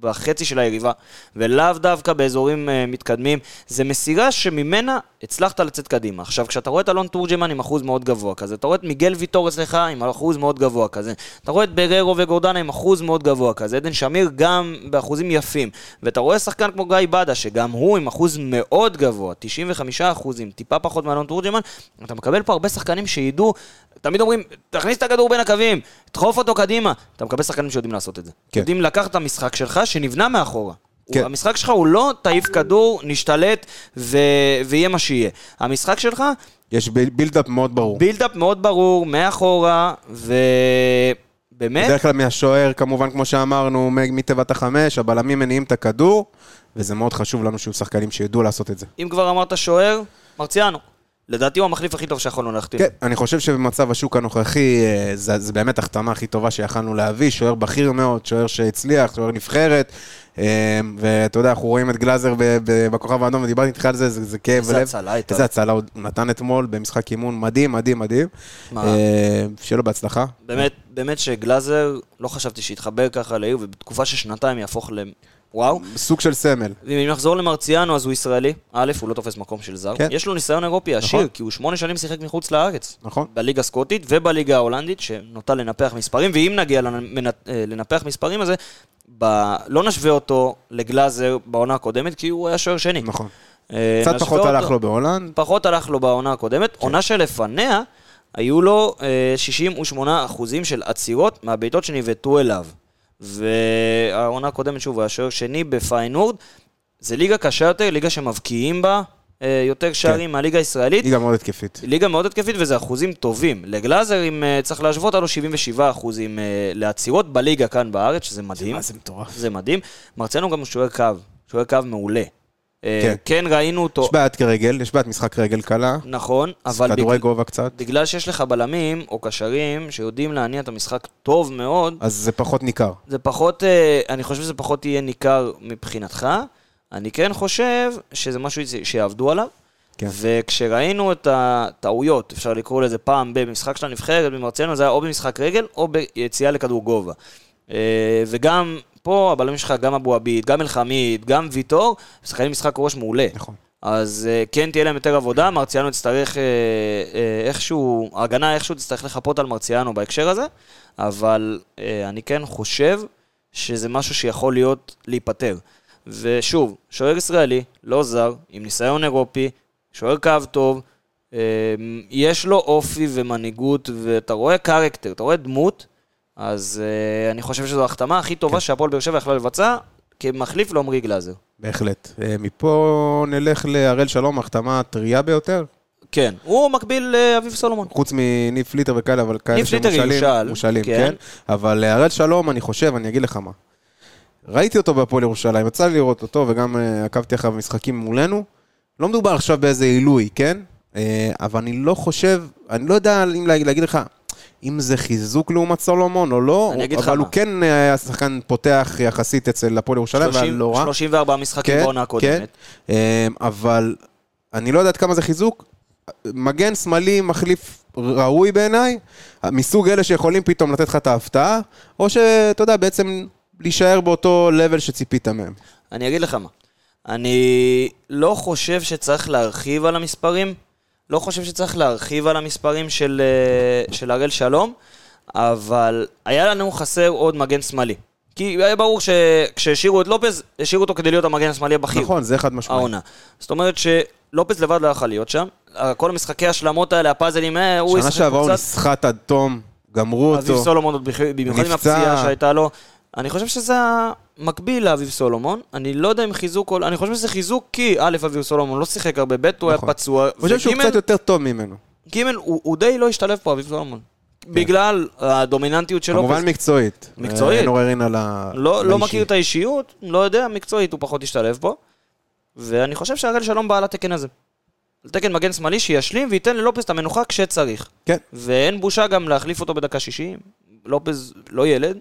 Speaker 3: בחצי של היריבה, ולאו דווקא באזורים אה, מתקדמים, זה מסירה שממנה הצלחת לצאת קדימה. עכשיו, כשאתה רואה את אלון תורג'מן עם אחוז מאוד גבוה כזה, אתה רואה את מיגל ויטור אצלך עם אחוז מאוד גבוה כזה, אתה רואה את בררו וגורדנה עם אחוז מאוד גבוה כזה, עדן שמיר גם באחוזים יפים, ואתה רואה שחקן כמו גיא בדה, שגם הוא עם אחוז מאוד גבוה, 95 אחוזים, טיפה פחות מאלון תורג'מן, אתה מקבל פה הרבה שחקנים שידעו תמיד אומרים, תכניס את הכדור בין הקווים, דחוף אותו קדימה. אתה מקבל שחקנים שיודעים לעשות את זה.
Speaker 4: כן.
Speaker 3: יודעים לקחת את המשחק שלך שנבנה מאחורה.
Speaker 4: כן.
Speaker 3: כן. המשחק שלך הוא לא תעיף כדור, נשתלט ו... ויהיה מה שיהיה. המשחק שלך,
Speaker 4: יש ב- בילדאפ מאוד ברור.
Speaker 3: בילדאפ מאוד ברור, מאחורה, ובאמת,
Speaker 4: בדרך כלל מהשוער, כמובן, כמו שאמרנו, מ- מתיבת החמש, הבלמים מניעים את הכדור, וזה מאוד חשוב לנו שיהיו שחקנים שידעו לעשות את זה.
Speaker 3: אם כבר אמרת שוער, מרציאנו. לדעתי הוא המחליף הכי טוב שיכולנו להחתים.
Speaker 4: כן, אני חושב שבמצב השוק הנוכחי, אה, זה, זה באמת ההחתמה הכי טובה שיכלנו להביא, שוער בכיר מאוד, שוער שהצליח, שוער נבחרת, אה, ואתה יודע, אנחנו רואים את גלאזר ב- ב- בכוכב האדום, ודיברתי איתך על זה, זה, זה כאב
Speaker 3: איזה
Speaker 4: לב.
Speaker 3: הצלה הייתה.
Speaker 4: איזה הצלה הוא נתן אתמול במשחק אימון, מדהים, מדהים, מדהים.
Speaker 3: מה?
Speaker 4: אה, שיהיה לו בהצלחה.
Speaker 3: באמת, באמת שגלאזר, לא חשבתי שיתחבר ככה לעיר, ובתקופה של שנתיים יהפוך ל... וואו.
Speaker 4: סוג של סמל.
Speaker 3: ואם נחזור למרציאנו, אז הוא ישראלי. א', הוא לא תופס מקום של זר.
Speaker 4: כן.
Speaker 3: יש לו ניסיון אירופי עשיר,
Speaker 4: נכון.
Speaker 3: כי הוא שמונה שנים שיחק מחוץ לארץ.
Speaker 4: נכון.
Speaker 3: בליגה הסקוטית ובליגה ההולנדית, שנוטה לנפח מספרים, ואם נגיע לנ- אה, לנפח מספרים הזה, ב... לא נשווה אותו לגלאזר בעונה הקודמת, כי הוא היה שוער שני.
Speaker 4: נכון.
Speaker 3: אה,
Speaker 4: קצת
Speaker 3: נשווה
Speaker 4: פחות
Speaker 3: אותו-
Speaker 4: הלך לו בהולנד.
Speaker 3: פחות הלך לו בעונה הקודמת.
Speaker 4: כן.
Speaker 3: עונה שלפניה, היו לו אה, 68 אחוזים של עצירות מהבעיטות שניבטו אליו. והעונה הקודמת, שוב, הוא היה שוער שני בפיינורד. זה ליגה קשה יותר, ליגה שמבקיעים בה אה,
Speaker 4: כן.
Speaker 3: יותר שערים מהליגה הישראלית.
Speaker 4: היא גם מאוד התקפית.
Speaker 3: ליגה מאוד התקפית וזה אחוזים טובים. לגלאזר, אם אה, צריך להשוות, היה לו 77 אחוזים אה, לעצירות בליגה כאן בארץ, שזה מדהים.
Speaker 4: מה זה מטורף.
Speaker 3: זה מדהים. מרציאנו גם הוא שוער קו, שוער קו מעולה. אה,
Speaker 4: כן.
Speaker 3: כן ראינו אותו,
Speaker 4: יש בעיית כרגל, יש בעיית משחק רגל קלה,
Speaker 3: נכון, אבל בגלל-
Speaker 4: כדורי גובה קצת,
Speaker 3: בגלל שיש לך בלמים או קשרים שיודעים להניע את המשחק טוב מאוד,
Speaker 4: אז זה פחות ניכר.
Speaker 3: זה פחות, אה, אני חושב שזה פחות יהיה ניכר מבחינתך. אני כן חושב שזה משהו ש- שיעבדו עליו.
Speaker 4: כן.
Speaker 3: וכשראינו את הטעויות, אפשר לקרוא לזה פעם במשחק של הנבחרת, במרצנו, זה היה או במשחק רגל או ביציאה לכדור גובה. אה, וגם פה הבלמים שלך, גם אבו עביד, גם אלחמיד, גם ויטור, משחקים משחק ראש מעולה.
Speaker 4: נכון.
Speaker 3: אז אה, כן תהיה להם יותר עבודה, מרציאנו יצטרך אה, אה, איכשהו, ההגנה איכשהו תצטרך לחפות על מרציאנו בהקשר הזה, אבל אה, אני כן חושב שזה משהו שיכול להיות להיפתר. ושוב, שוער ישראלי, לא זר, עם ניסיון אירופי, שוער קו טוב, אה, יש לו אופי ומנהיגות, ואתה רואה קרקטר, אתה רואה דמות, אז אה, אני חושב שזו ההחתמה הכי טובה שהפועל באר שבע יכלה לבצע, כמחליף לעומרי גלאזר.
Speaker 4: בהחלט. אה, מפה נלך להראל שלום, החתמה הטריה ביותר,
Speaker 3: כן, הוא מקביל לאביב סולומון.
Speaker 4: חוץ מניב פליטר וכאלה, אבל כאלה
Speaker 3: ניב פליטר
Speaker 4: שמושאלים,
Speaker 3: ירושל,
Speaker 4: מושאלים, כן.
Speaker 3: כן.
Speaker 4: אבל אה, הראל שלום, אני חושב, אני אגיד לך מה. ראיתי אותו בהפועל ירושלים, יצא לי לראות אותו, וגם אה, עקבתי אחריו במשחקים מולנו. לא מדובר עכשיו באיזה עילוי, כן? אה, אבל אני לא חושב, אני לא יודע אם לה- להגיד לך אם זה חיזוק לעומת סולומון או לא,
Speaker 3: אני אגיד לך
Speaker 4: אבל
Speaker 3: מה.
Speaker 4: הוא כן אה, היה שחקן פותח יחסית אצל הפועל ירושלים, והיה
Speaker 3: 30
Speaker 4: לא רע.
Speaker 3: 34 משחקים בעונה הקודמת.
Speaker 4: כן, אמ, אבל אני לא יודע עד כמה זה חיזוק. מגן שמאלי מחליף ראוי בעיניי, מסוג אלה שיכולים פתאום לתת לך את ההפתעה, או שאתה יודע, בעצם להישאר באותו level שציפית מהם.
Speaker 3: אני אגיד לך מה. אני לא חושב שצריך להרחיב על המספרים. לא חושב שצריך להרחיב על המספרים של, אה, של הראל שלום, אבל היה לנו חסר עוד מגן שמאלי. כי היה ברור שכשהשאירו את לופז, השאירו אותו כדי להיות המגן השמאלי הבכיר.
Speaker 4: נכון, זה חד משמעי.
Speaker 3: העונה. זאת אומרת שלופז לבד לא יכול להיות שם. כל המשחקי השלמות האלה, הפאזלים, אה, הוא
Speaker 4: שנה
Speaker 3: ישחק
Speaker 4: שעברה הוא
Speaker 3: קצת.
Speaker 4: נסחט עד תום, גמרו
Speaker 3: אביב
Speaker 4: אותו.
Speaker 3: סולומון עוד בכ- במיוחד עם
Speaker 4: נפצע.
Speaker 3: הפציעה שהייתה לו. אני חושב שזה המקביל לאביב סולומון. אני לא יודע אם חיזוק או... לא. אני חושב שזה חיזוק כי א', אביב סולומון לא שיחק הרבה, ב', הוא היה
Speaker 4: נכון.
Speaker 3: פצוע.
Speaker 4: אני חושב שהוא
Speaker 3: וג',
Speaker 4: קצת יותר טוב ממנו.
Speaker 3: ג', הוא הוא די לא השתלב פה, אביב סולומון. בגלל הדומיננטיות של לופז.
Speaker 4: כן. כמובן מקצועית.
Speaker 3: לא, מקצועית.
Speaker 4: אה, אין עוררין על ה...
Speaker 3: לא, לא
Speaker 4: האישי.
Speaker 3: מכיר את האישיות, לא יודע, מקצועית הוא פחות השתלב פה. ואני חושב שהראל שלום בא על התקן הזה. על תקן מגן שמאלי שישלים וייתן ללופז את המנוחה כשצריך.
Speaker 4: כן.
Speaker 3: ואין בושה גם להחליף אותו בדקה 60. לופז לא ילד,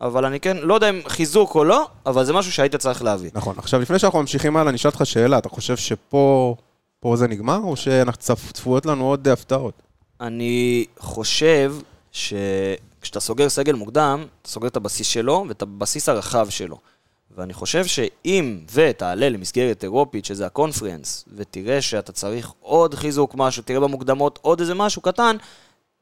Speaker 3: אבל אני כן, לא יודע אם חיזוק או לא, אבל זה משהו שהיית צריך להביא.
Speaker 4: נכון. עכשיו, לפני שאנחנו ממשיכים הלאה, אני אשאל אותך שאלה. אתה חושב שפה פה זה נגמר, או שצפויות לנו עוד אה, הפתעות?
Speaker 3: אני חושב שכשאתה סוגר סגל מוקדם, אתה סוגר את הבסיס שלו ואת הבסיס הרחב שלו. ואני חושב שאם ותעלה למסגרת אירופית, שזה הקונפרנס, ותראה שאתה צריך עוד חיזוק משהו, תראה במוקדמות עוד איזה משהו קטן,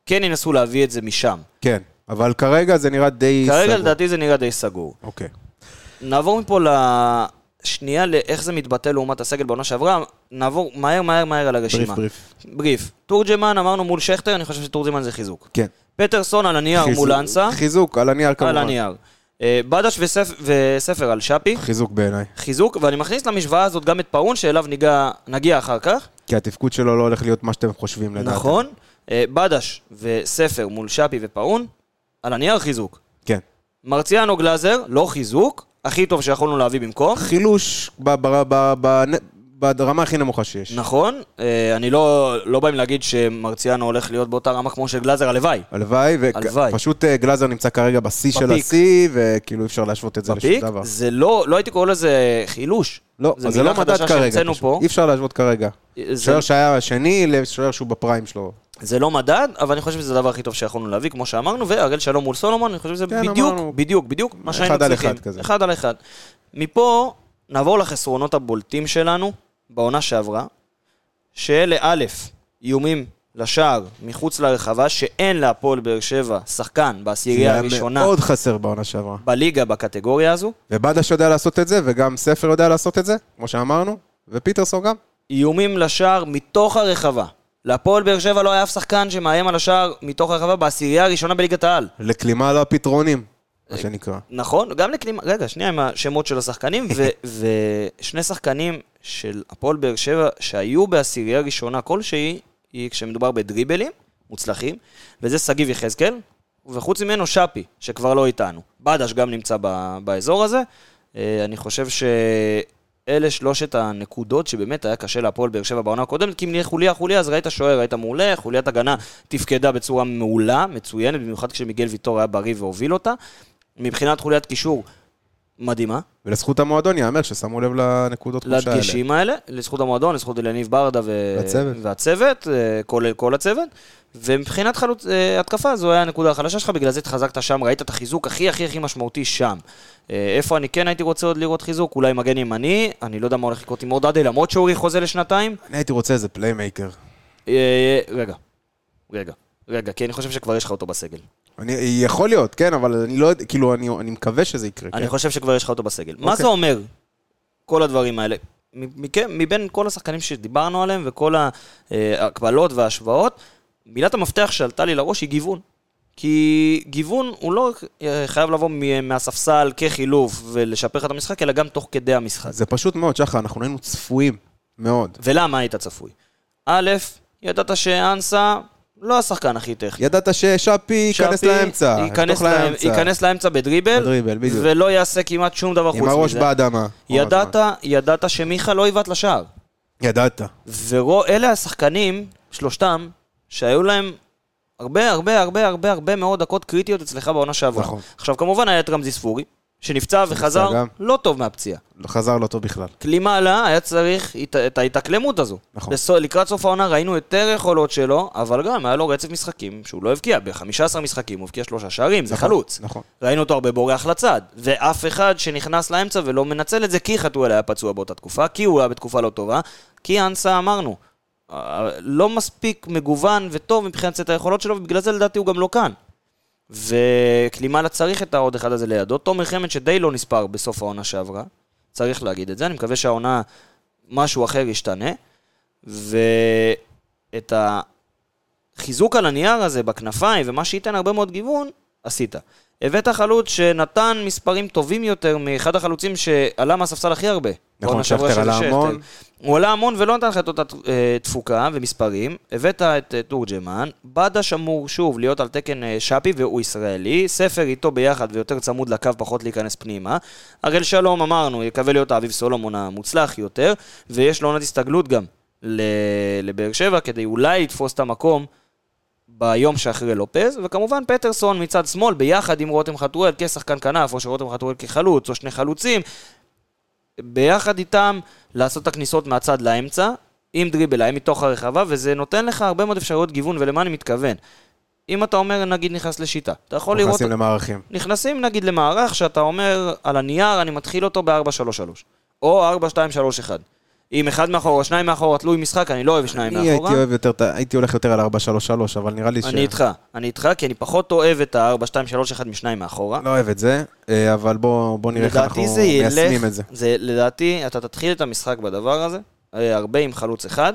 Speaker 3: כן ינסו להביא את זה משם.
Speaker 4: כן. אבל כרגע זה נראה די סגור.
Speaker 3: כרגע לדעתי זה נראה די סגור.
Speaker 4: אוקיי.
Speaker 3: נעבור מפה לשנייה לאיך זה מתבטא לעומת הסגל בעונה שעברה, נעבור מהר מהר מהר על הרשימה.
Speaker 4: בריף.
Speaker 3: בריף. תורג'מן אמרנו מול שכטר, אני חושב שתורג'מן זה חיזוק.
Speaker 4: כן.
Speaker 3: פטרסון על הנייר
Speaker 4: חיזוק-
Speaker 3: מול אנסה,
Speaker 4: חיזוק, על הנייר כמובן.
Speaker 3: על הנייר. אה, בדש וספ... וספר על שפי,
Speaker 4: חיזוק בעיניי.
Speaker 3: חיזוק, ואני מכניס למשוואה הזאת גם את פאון, שאליו ניגע, נגיע אחר כך,
Speaker 4: כי התפקוד שלו לא הולך להיות מה שאתם חושבים לדעתי.
Speaker 3: נכון? אה, בדש וספר מול שפי ופאון, על הנייר חיזוק.
Speaker 4: כן.
Speaker 3: מרציאנו גלאזר, לא חיזוק, הכי טוב שיכולנו להביא במקום,
Speaker 4: חילוש ב- ב- ב- ב- ברמה הכי נמוכה שיש.
Speaker 3: נכון? אה, אני לא, לא בא עם להגיד שמרציאנו הולך להיות באותה רמה כמו של גלאזר, הלוואי.
Speaker 4: הלוואי,
Speaker 3: הלוואי.
Speaker 4: ופשוט גלאזר נמצא כרגע בשיא של
Speaker 3: בפיק.
Speaker 4: השיא, וכאילו אי אפשר להשוות את זה לשום
Speaker 3: בפיק,
Speaker 4: דבר.
Speaker 3: זה לא, לא הייתי קורא לזה חילוש.
Speaker 4: לא,
Speaker 3: זו
Speaker 4: אז זה לא
Speaker 3: מילה
Speaker 4: מדד
Speaker 3: חדשה
Speaker 4: כרגע,
Speaker 3: שהמצאנו
Speaker 4: פשוט.
Speaker 3: פה.
Speaker 4: אי אפשר להשוות כרגע.
Speaker 3: זה-
Speaker 4: שוער שהיה השני לשוער שהוא בפריים שלו.
Speaker 3: זה לא מדד, אבל אני חושב שזה הדבר הכי טוב שיכולנו להביא, כמו שאמרנו, והראל שלום מול סולומון, אני חושב שזה
Speaker 4: כן,
Speaker 3: בדיוק,
Speaker 4: אמרנו.
Speaker 3: בדיוק, בדיוק, מה שהיינו
Speaker 4: אחד על
Speaker 3: צריכים.
Speaker 4: אחד כזה.
Speaker 3: אחד על אחד. מפה נעבור לחסרונות הבולטים שלנו בעונה שעברה, שאלה א', איומים לשער מחוץ לרחבה, שאין להפועל באר שבע שחקן בעשירייה הראשונה
Speaker 4: מאוד חסר בעונה שעברה.
Speaker 3: בליגה בקטגוריה הזו.
Speaker 4: ובדש יודע לעשות את זה, וגם ספר יודע לעשות את זה, כמו שאמרנו, ופיטרסון גם.
Speaker 3: איומים לשער מתוך הרחבה. להפועל באר שבע לא היה אף שחקן שמאיים על השער מתוך הרחבה בעשירייה הראשונה בליגת העל.
Speaker 4: לכלימה על לא הפתרונים, מה שנקרא.
Speaker 3: נכון, גם לקלימה, רגע, שנייה עם השמות של השחקנים, ו, ושני שחקנים של הפועל באר שבע שהיו בעשירייה ראשונה כלשהי, היא כשמדובר בדריבלים מוצלחים, וזה שגיב יחזקאל, וחוץ ממנו שפי, שכבר לא איתנו. בדש גם נמצא ב, באזור הזה. אה, אני חושב שאלה שלושת הנקודות שבאמת היה קשה להפועל באר שבע בעונה הקודמת, כי אם נהיה חוליה חוליה, אז ראית שוער, ראית מעולה, חוליית הגנה תפקדה בצורה מעולה, מצוינת, במיוחד כשמיגל ויטור היה בריא והוביל אותה. מבחינת חוליית קישור, מדהימה.
Speaker 4: ולזכות המועדון ייאמר ששמו לב לנקודות חולשה האלה.
Speaker 3: לדגשים האלה, לזכות המועדון, לזכות אליניב ברדה ו...
Speaker 4: והצוות.
Speaker 3: והצוות, אה, כולל כל הצוות. ומבחינת חלוץ, אה, התקפה, זו הייתה הנקודה החלשה שלך, בגלל זה התחזקת שם, ראית את החיזוק הכי הכי הכי משמעותי שם. אה, איפה אני כן הייתי רוצה עוד לראות חיזוק? אולי מגן ימני, אני לא יודע מה הולך לקרות עם אורדדה, למרות שאורי חוזה לשנתיים.
Speaker 4: אני הייתי רוצה איזה פליימייקר.
Speaker 3: אה, רגע, רגע, רגע, כי אני חושב שכבר יש לך אותו בסגל.
Speaker 4: אני, יכול להיות, כן, אבל אני לא יודע, כאילו, אני, אני מקווה שזה יקרה.
Speaker 3: אני
Speaker 4: כן.
Speaker 3: חושב שכבר יש לך אותו בסגל. מה
Speaker 4: אוקיי.
Speaker 3: זה אומר, כל הדברים האלה? מ- מכם- מבין כל השחקנים שדיברנו עליהם וכל אה, ההקבלות וההשוואות, מילת המפתח שעלתה לי לראש היא גיוון. כי גיוון הוא לא רק, אה, חייב לבוא מ- מהספסל כחילוף ולשפר לך את המשחק, אלא גם תוך כדי המשחק.
Speaker 4: זה פשוט מאוד, שחר, אנחנו היינו צפויים מאוד.
Speaker 3: ולמה היית צפוי? א', ידעת שאנסה לא השחקן הכי טכני.
Speaker 4: ידעת ששאפי ייכנס
Speaker 3: שפי
Speaker 4: לאמצע,
Speaker 3: ייכנס
Speaker 4: יתוך
Speaker 3: לאמצע.
Speaker 4: לאמצע,
Speaker 3: ייכנס לאמצע בדריבל,
Speaker 4: בדריבל, בדיוק.
Speaker 3: ולא יעשה כמעט שום דבר חוץ
Speaker 4: עם
Speaker 3: מזה.
Speaker 4: הראש באדמה.
Speaker 3: ידעת, ידעת שמיכה לא יבעט לשער.
Speaker 4: ידעת.
Speaker 3: ואלה השחקנים, שלושתם, שהיו להם הרבה הרבה הרבה הרבה הרבה מאוד דקות קריטיות אצלך בעונה שעברה.
Speaker 4: נכון.
Speaker 3: עכשיו, כמובן היה את רמזי ספורי, שנפצע וחזר
Speaker 4: גם.
Speaker 3: לא טוב מהפציעה.
Speaker 4: חזר לא טוב בכלל.
Speaker 3: קלימאלה היה צריך הת- את ההתאקלמות הזו.
Speaker 4: נכון.
Speaker 3: לסו- לקראת סוף העונה ראינו יותר יכולות שלו, אבל גם היה לו רצף משחקים שהוא לא הבקיע. ב-15 משחקים הוא הבקיע שלושה שערים, זה
Speaker 4: נכון,
Speaker 3: חלוץ.
Speaker 4: נכון.
Speaker 3: ראינו אותו הרבה בורח לצד, ואף אחד שנכנס לאמצע ולא מנצל את זה כי חתואל היה פצוע באותה תקופה, כי הוא היה בתקופה לא טובה, כי אנסה אמרנו. אה, לא מספיק מגוון וטוב מבחינת סט היכולות שלו, ובגלל זה לדעתי הוא גם לא כאן. וקלימלה צריך את העוד אחד הזה לידו. תומר חמד שדי לא נספר בסוף העונה שעברה, צריך להגיד את זה, אני מקווה שהעונה משהו אחר ישתנה. ואת החיזוק על הנייר הזה בכנפיים, ומה שייתן הרבה מאוד גיוון, עשית. הבאת חלוץ שנתן מספרים טובים יותר מאחד החלוצים שעלה מהספסל הכי הרבה. בעונה שעברה,
Speaker 4: נכון,
Speaker 3: שזה
Speaker 4: שכטר עלה
Speaker 3: שכטר.
Speaker 4: המון.
Speaker 3: הוא עלה המון ולא נתן לך את אותה אה, תפוקה ומספרים. הבאת את אה, תורג'מן, בדש אמור שוב להיות על תקן אה, שפי והוא ישראלי, ספר איתו ביחד ויותר צמוד לקו, פחות להיכנס פנימה. הראל שלום אמרנו, יקווה להיות האביב סולומון המוצלח יותר, ויש לו עונת הסתגלות גם ל- לבאר שבע, כדי אולי לתפוס את המקום ביום שאחרי לופז, וכמובן פטרסון מצד שמאל, ביחד עם רותם חתואל כשחקן כנף, או שרותם חתואל כחלוץ, או שני חלוצים, ביחד איתם לעשות את הכניסות מהצד לאמצע, עם דריבליים מתוך הרחבה, וזה נותן לך הרבה מאוד אפשרויות גיוון, ולמה אני מתכוון? אם אתה אומר, נגיד, נכנס לשיטה, אתה יכול לראות...
Speaker 4: נכנסים למערכים.
Speaker 3: נכנסים נגיד למערך שאתה אומר, על הנייר אני מתחיל אותו ב-4-3-3, או 4-2-3-1. אם אחד מאחורה, שניים מאחורה, תלוי משחק, אני לא אוהב שניים
Speaker 4: אני הייתי
Speaker 3: מאחורה.
Speaker 4: אוהב יותר, את ה- הייתי הולך יותר על 4-3-3, אבל נראה לי ש...
Speaker 3: אני איתך, אני איתך, כי אני פחות אוהב את ה-4-2-3-1 משניים מאחורה.
Speaker 4: לא אוהב את זה, אה, אבל בוא בוא נראה איך אנחנו
Speaker 3: לדעתי זה ילך,
Speaker 4: מיישמים את זה.
Speaker 3: זה, לדעתי אתה תתחיל את המשחק בדבר הזה, אה, הרבה עם חלוץ אחד,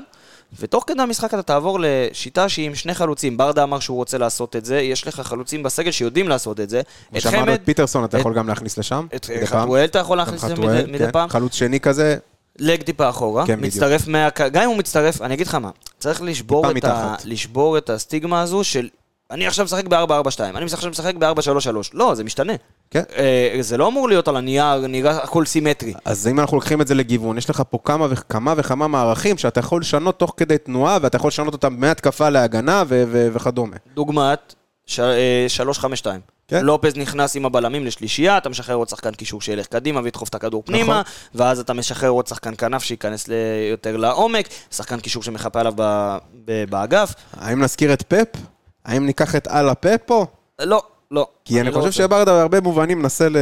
Speaker 3: ותוך כדי המשחק אתה תעבור לשיטה שהיא עם שני חלוצים. ברדה אמר שהוא רוצה לעשות את זה, יש לך חלוצים בסגל שיודעים לעשות את זה.
Speaker 4: כמו
Speaker 3: את
Speaker 4: שאמרנו,
Speaker 3: חמד,
Speaker 4: את פיטרסון אתה
Speaker 3: את-
Speaker 4: יכול גם להכניס לשם.
Speaker 3: את
Speaker 4: מדי פעם.
Speaker 3: חתואל אתה יכול להכניס
Speaker 4: גם
Speaker 3: את זה
Speaker 4: חתואל,
Speaker 3: מדי- מדי
Speaker 4: כן.
Speaker 3: פעם.
Speaker 4: חלוץ שני כזה,
Speaker 3: לג טיפה אחורה,
Speaker 4: כן, בדיוק.
Speaker 3: מצטרף מה... גם אם הוא מצטרף, אני אגיד לך מה, צריך לשבור
Speaker 4: טיפה
Speaker 3: את, ה...
Speaker 4: מתחת.
Speaker 3: לשבור את הסטיגמה הזו של אני עכשיו משחק ב-442, אני עכשיו משחק ב-433. לא, זה משתנה.
Speaker 4: כן.
Speaker 3: אה, זה לא אמור להיות על הנייר, נראה הכל סימטרי.
Speaker 4: אז אם אנחנו לוקחים את זה לגיוון, יש לך פה כמה וכמה וכמה מערכים שאתה יכול לשנות תוך כדי תנועה, ואתה יכול לשנות אותם מהתקפה להגנה ו- ו- וכדומה.
Speaker 3: דוגמת ש- אה, 352.
Speaker 4: כן.
Speaker 3: כן. לופז נכנס עם הבלמים לשלישייה, אתה משחרר עוד שחקן קישור שילך קדימה וידחוף את הכדור פנימה,
Speaker 4: נכון.
Speaker 3: ואז אתה משחרר עוד שחקן כנף שייכנס ל- יותר לעומק, שחקן קישור שמחפה עליו ב- ב- באגף.
Speaker 4: האם נזכיר את פפ? האם ניקח את אללה פפ פה?
Speaker 3: לא, לא.
Speaker 4: כי אני
Speaker 3: לא
Speaker 4: חושב
Speaker 3: רוצה.
Speaker 4: שברדה בהרבה מובנים מנסה ל-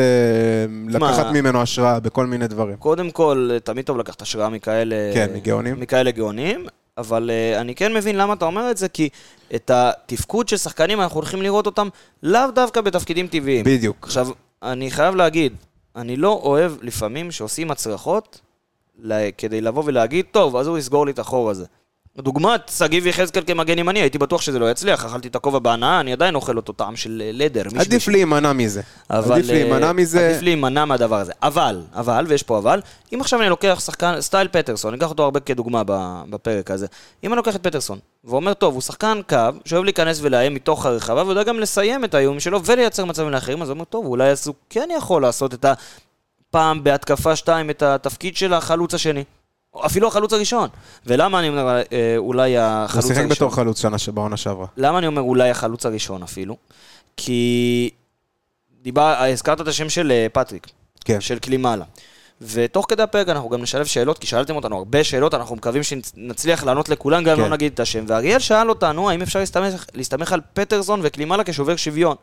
Speaker 4: לקחת ממנו השראה בכל מיני דברים.
Speaker 3: קודם כל, אה, תמיד טוב לקחת השראה מכאלה...
Speaker 4: כן, מגאונים.
Speaker 3: מכאלה גאונים, אבל אה, אני כן מבין למה אתה אומר את זה, כי את התפקוד של שחקנים, אנחנו הולכים לראות אותם לאו דווקא בתפקידים טבעיים.
Speaker 4: בדיוק.
Speaker 3: עכשיו, אני חייב להגיד, אני לא אוהב לפעמים שעושים הצרחות ל- כדי לבוא ולהגיד, טוב, אז הוא יסגור לי את החור הזה. דוגמת שגיב יחזקאל כמגן ימני, הייתי בטוח שזה לא יצליח, אכלתי את הכובע בהנאה, אני עדיין אוכל אותו טעם של אה, לדר. מישמיש.
Speaker 4: עדיף להימנע מזה.
Speaker 3: אבל,
Speaker 4: עדיף להימנע
Speaker 3: אה,
Speaker 4: מזה.
Speaker 3: עדיף להימנע מהדבר הזה. אבל, אבל, ויש פה אבל, אם עכשיו אני לוקח שחקן, סטייל פטרסון, אני אקח אותו הרבה כדוגמה ב- בפרק הזה. אם אני לוקח את פטרסון, ואומר, טוב, הוא שחקן קו, שאוהב להיכנס ולאיים מתוך הרחבה, ויודע גם לסיים את האיום שלו ולייצר מצבים לאחרים, אז הוא אומר, טוב, אולי אז הוא כן יכול לעשות את ה... פעם בהתקפה 2 את התפקיד של החלוץ השני. או אפילו החלוץ הראשון. ולמה אני אומר אה, אולי החלוץ
Speaker 4: הוא
Speaker 3: הראשון?
Speaker 4: שיחק בתור חלוץ שנה ש- בעונה שעברה.
Speaker 3: למה אני אומר אולי החלוץ הראשון אפילו? כי דיבר, הזכרת את השם של אה, פטריק,
Speaker 4: כן.
Speaker 3: של קלימאלה. ותוך כדי הפרק אנחנו גם נשלב שאלות, כי שאלתם אותנו הרבה שאלות, אנחנו מקווים שנצליח לענות לכולם, גם אם
Speaker 4: כן.
Speaker 3: לא נגיד את השם. ואריאל שאל אותנו האם אפשר להסתמך, להסתמך על פטרסון וקלימאלה כשובר שוויון.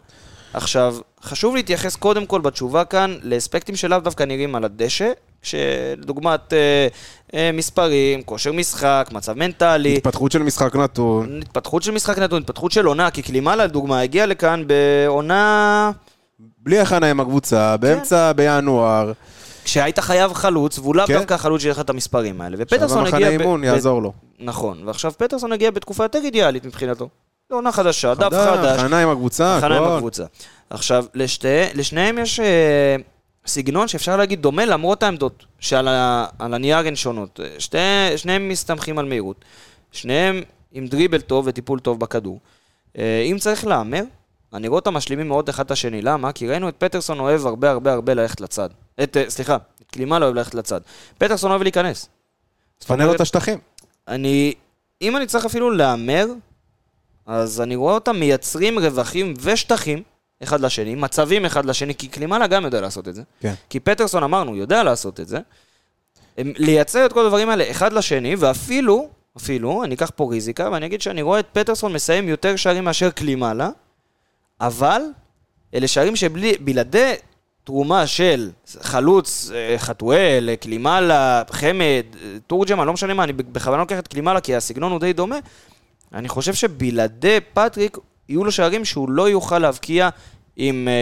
Speaker 3: עכשיו, חשוב להתייחס קודם כל בתשובה כאן לאספקטים שלאו דווקא נראים על הדשא, כשדוגמת אה, אה, מספרים, כושר משחק, מצב מנטלי.
Speaker 4: התפתחות של משחק
Speaker 3: כן.
Speaker 4: נתון.
Speaker 3: התפתחות של משחק נתון, התפתחות של עונה, כי קלימלה לדוגמה הגיע לכאן בעונה
Speaker 4: בלי הכנה עם הקבוצה,
Speaker 3: כן.
Speaker 4: באמצע בינואר.
Speaker 3: כשהיית חייב חלוץ, והוא לאו
Speaker 4: כן.
Speaker 3: דווקא החלוץ שיהיה לך את המספרים האלה.
Speaker 4: עכשיו
Speaker 3: ופטרסון הגיע...
Speaker 4: המחנה
Speaker 3: ב-
Speaker 4: אימון
Speaker 3: ב-
Speaker 4: יעזור לו.
Speaker 3: נכון, ועכשיו פטרסון הגיע בתקופה יותר אידיאלית מבחינתו. זו עונה חדשה, דף חדש,
Speaker 4: הכנה עם הקבוצה,
Speaker 3: הכנה עם
Speaker 4: הכל.
Speaker 3: הקבוצה. עכשיו, לשתי- לשניהם יש אה, סגנון שאפשר להגיד דומה למרות העמדות, שעל ה- על הנייר הן שונות. אה, שתי- שניהם מסתמכים על מהירות. שניהם עם דריבל טוב וטיפול טוב בכדור. אה, אם צריך להמר, אני רואה אותם משלימים מאוד אחד את השני. למה? כי ראינו את פטרסון אוהב הרבה הרבה הרבה ללכת לצד. את, אה, סליחה, את קלימה לא אוהב ללכת לצד. פטרסון אוהב להיכנס.
Speaker 4: תפנה לו את השטחים.
Speaker 3: אני, אם אני צריך אפילו להמר, אז אני רואה אותם מייצרים רווחים ושטחים אחד לשני, מצבים אחד לשני, כי קלימלה גם יודע לעשות את זה.
Speaker 4: כן.
Speaker 3: כי פטרסון אמרנו, יודע לעשות את זה. הם, לייצר את כל הדברים האלה אחד לשני, ואפילו, אפילו, אני אקח פה ריזיקה, ואני אגיד שאני רואה את פטרסון מסיים יותר שערים מאשר קלימלה, אבל אלה שערים שבלעדי תרומה של חלוץ, אה, חתואל, אה, קלימלה, חמד, אה, תורג'מן, לא משנה מה, אני בכוונה לוקח את קלימלה כי הסגנון הוא די דומה. אני חושב שבלעדי פטריק יהיו לו שערים שהוא לא יוכל להבקיע עם אה,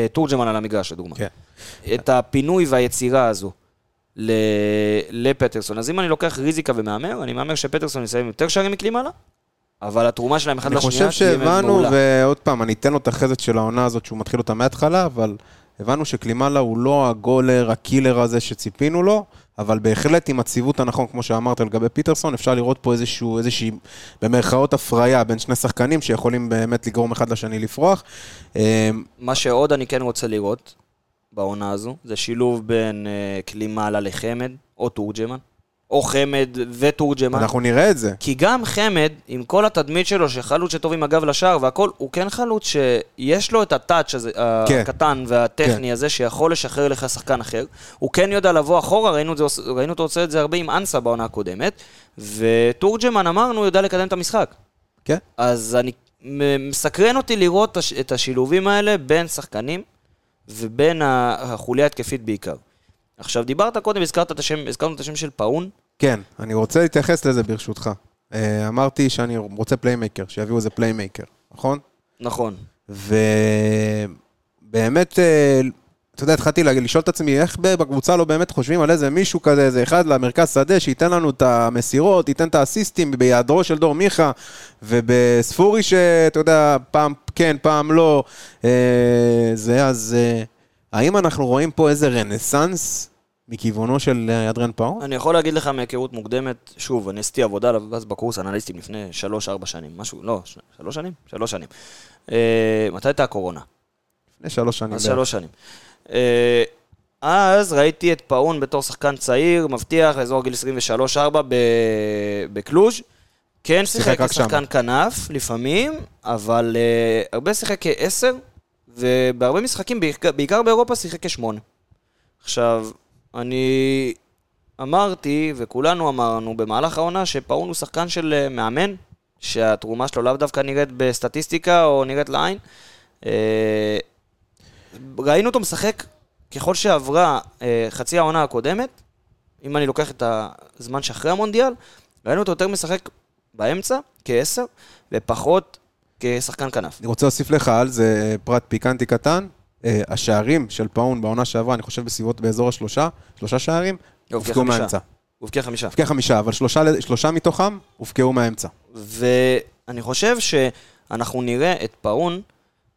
Speaker 3: אה, תורג'מן על המגרש, לדוגמה.
Speaker 4: כן.
Speaker 3: את הפינוי והיצירה הזו ל- לפטרסון. אז אם אני לוקח ריזיקה ומהמר, אני מהמר שפטרסון יסיים עם יותר שערים מקלימלה, אבל התרומה שלהם אחד
Speaker 4: אני
Speaker 3: לשנייה
Speaker 4: חושב
Speaker 3: תהיה
Speaker 4: שהבנו,
Speaker 3: מעולה.
Speaker 4: ועוד פעם, אני אתן לו את החסד של העונה הזאת שהוא מתחיל אותה מההתחלה, אבל הבנו שקלימאלה הוא לא הגולר, הקילר הזה שציפינו לו, אבל בהחלט עם הציוות הנכון, כמו שאמרת לגבי פיטרסון, אפשר לראות פה איזשהו, איזושהי, במרכאות, הפריה בין שני שחקנים שיכולים באמת לגרום אחד לשני לפרוח. אה,
Speaker 3: מה שעוד אני כן רוצה לראות בעונה הזו, זה שילוב בין אה, קלימלה לחמד, או תורג'מן, או חמד ותורג'מן.
Speaker 4: אנחנו נראה את זה.
Speaker 3: כי גם חמד, עם כל התדמית שלו, שחלוץ שטוב עם הגב לשער והכל, הוא כן חלוץ שיש לו את הטאץ' הזה,
Speaker 4: כן.
Speaker 3: כן. הקטן והטכני
Speaker 4: כן.
Speaker 3: כן. הזה, שיכול לשחרר לך שחקן אחר. הוא כן יודע לבוא אחורה, ראינו, את זה, עוש- ראינו אותו עושה את זה הרבה עם אנסה בעונה הקודמת, ותורג'מן אמרנו, יודע לקדם את המשחק.
Speaker 4: כן?
Speaker 3: אז אני, מ- מסקרן אותי לראות את הש- את השילובים האלה בין שחקנים ובין ה- החוליה ההתקפית בעיקר. עכשיו, דיברת קודם, הזכרת את השם, הזכרנו את השם של פאון.
Speaker 4: כן, אני רוצה להתייחס לזה ברשותך. אה, אמרתי שאני רוצה פליימייקר, שיביאו איזה פליימייקר, נכון?
Speaker 3: נכון.
Speaker 4: ובאמת, אה, אתה יודע, התחלתי לה- לשאול את עצמי, איך בקבוצה לא באמת חושבים על איזה מישהו כזה, איזה אחד למרכז שדה, שייתן לנו את המסירות, ייתן את האסיסטים בהיעדרו של דור מיכה, ובספורי שאתה יודע, פעם כן, פעם לא, אה, זה אז... אה, האם אנחנו רואים פה איזה רנסאנס מכיוונו של אה, אדריאן פאון?
Speaker 3: אני יכול להגיד לך מהיכרות מוקדמת, שוב, אני עשיתי עבודה עליו אז בקורס אנליסטים לפני 3-4 שנים, משהו, לא, ש- שלוש שנים? שלוש שנים. אה, מתי הייתה הקורונה?
Speaker 4: לפני שלוש שנים.
Speaker 3: אז
Speaker 4: בערך.
Speaker 3: שלוש שנים. אה, אז ראיתי את פאון בתור שחקן צעיר, מבטיח, לאזור גיל 23-4 ב- בקלוז'. כן שיחק
Speaker 4: שיחק רק
Speaker 3: כשחקן כנף לפעמים, אבל אה, הרבה שיחק כעשר, ובהרבה משחקים, בעיקר- בעיקר באירופה, שיחק כשמונה. עכשיו, אני אמרתי, וכולנו אמרנו במהלך העונה, שפאון הוא שחקן של אה, מאמן, שהתרומה שלו לאו דווקא נראית בסטטיסטיקה או נראית לעין. אה, ראינו אותו משחק ככל שעברה אה, חצי העונה הקודמת, אם אני לוקח את הזמן שאחרי המונדיאל, ראינו אותו יותר משחק באמצע, כעשר, ופחות כשחקן כנף.
Speaker 4: אני רוצה להוסיף לך על זה אה, פרט פיקנטי קטן. אה, השערים של פאון בעונה שעברה, אני חושב בסביבות באזור השלושה, שלושה שערים,
Speaker 3: הוא הבקיע
Speaker 4: הופקעו
Speaker 3: חמישה.
Speaker 4: מהאמצע.
Speaker 3: הוא הבקיע חמישה.
Speaker 4: הבקיע חמישה, אבל שלושה, ל- שלושה מתוכם הופקעו מהאמצע.
Speaker 3: ואני חושב שאנחנו נראה את פאון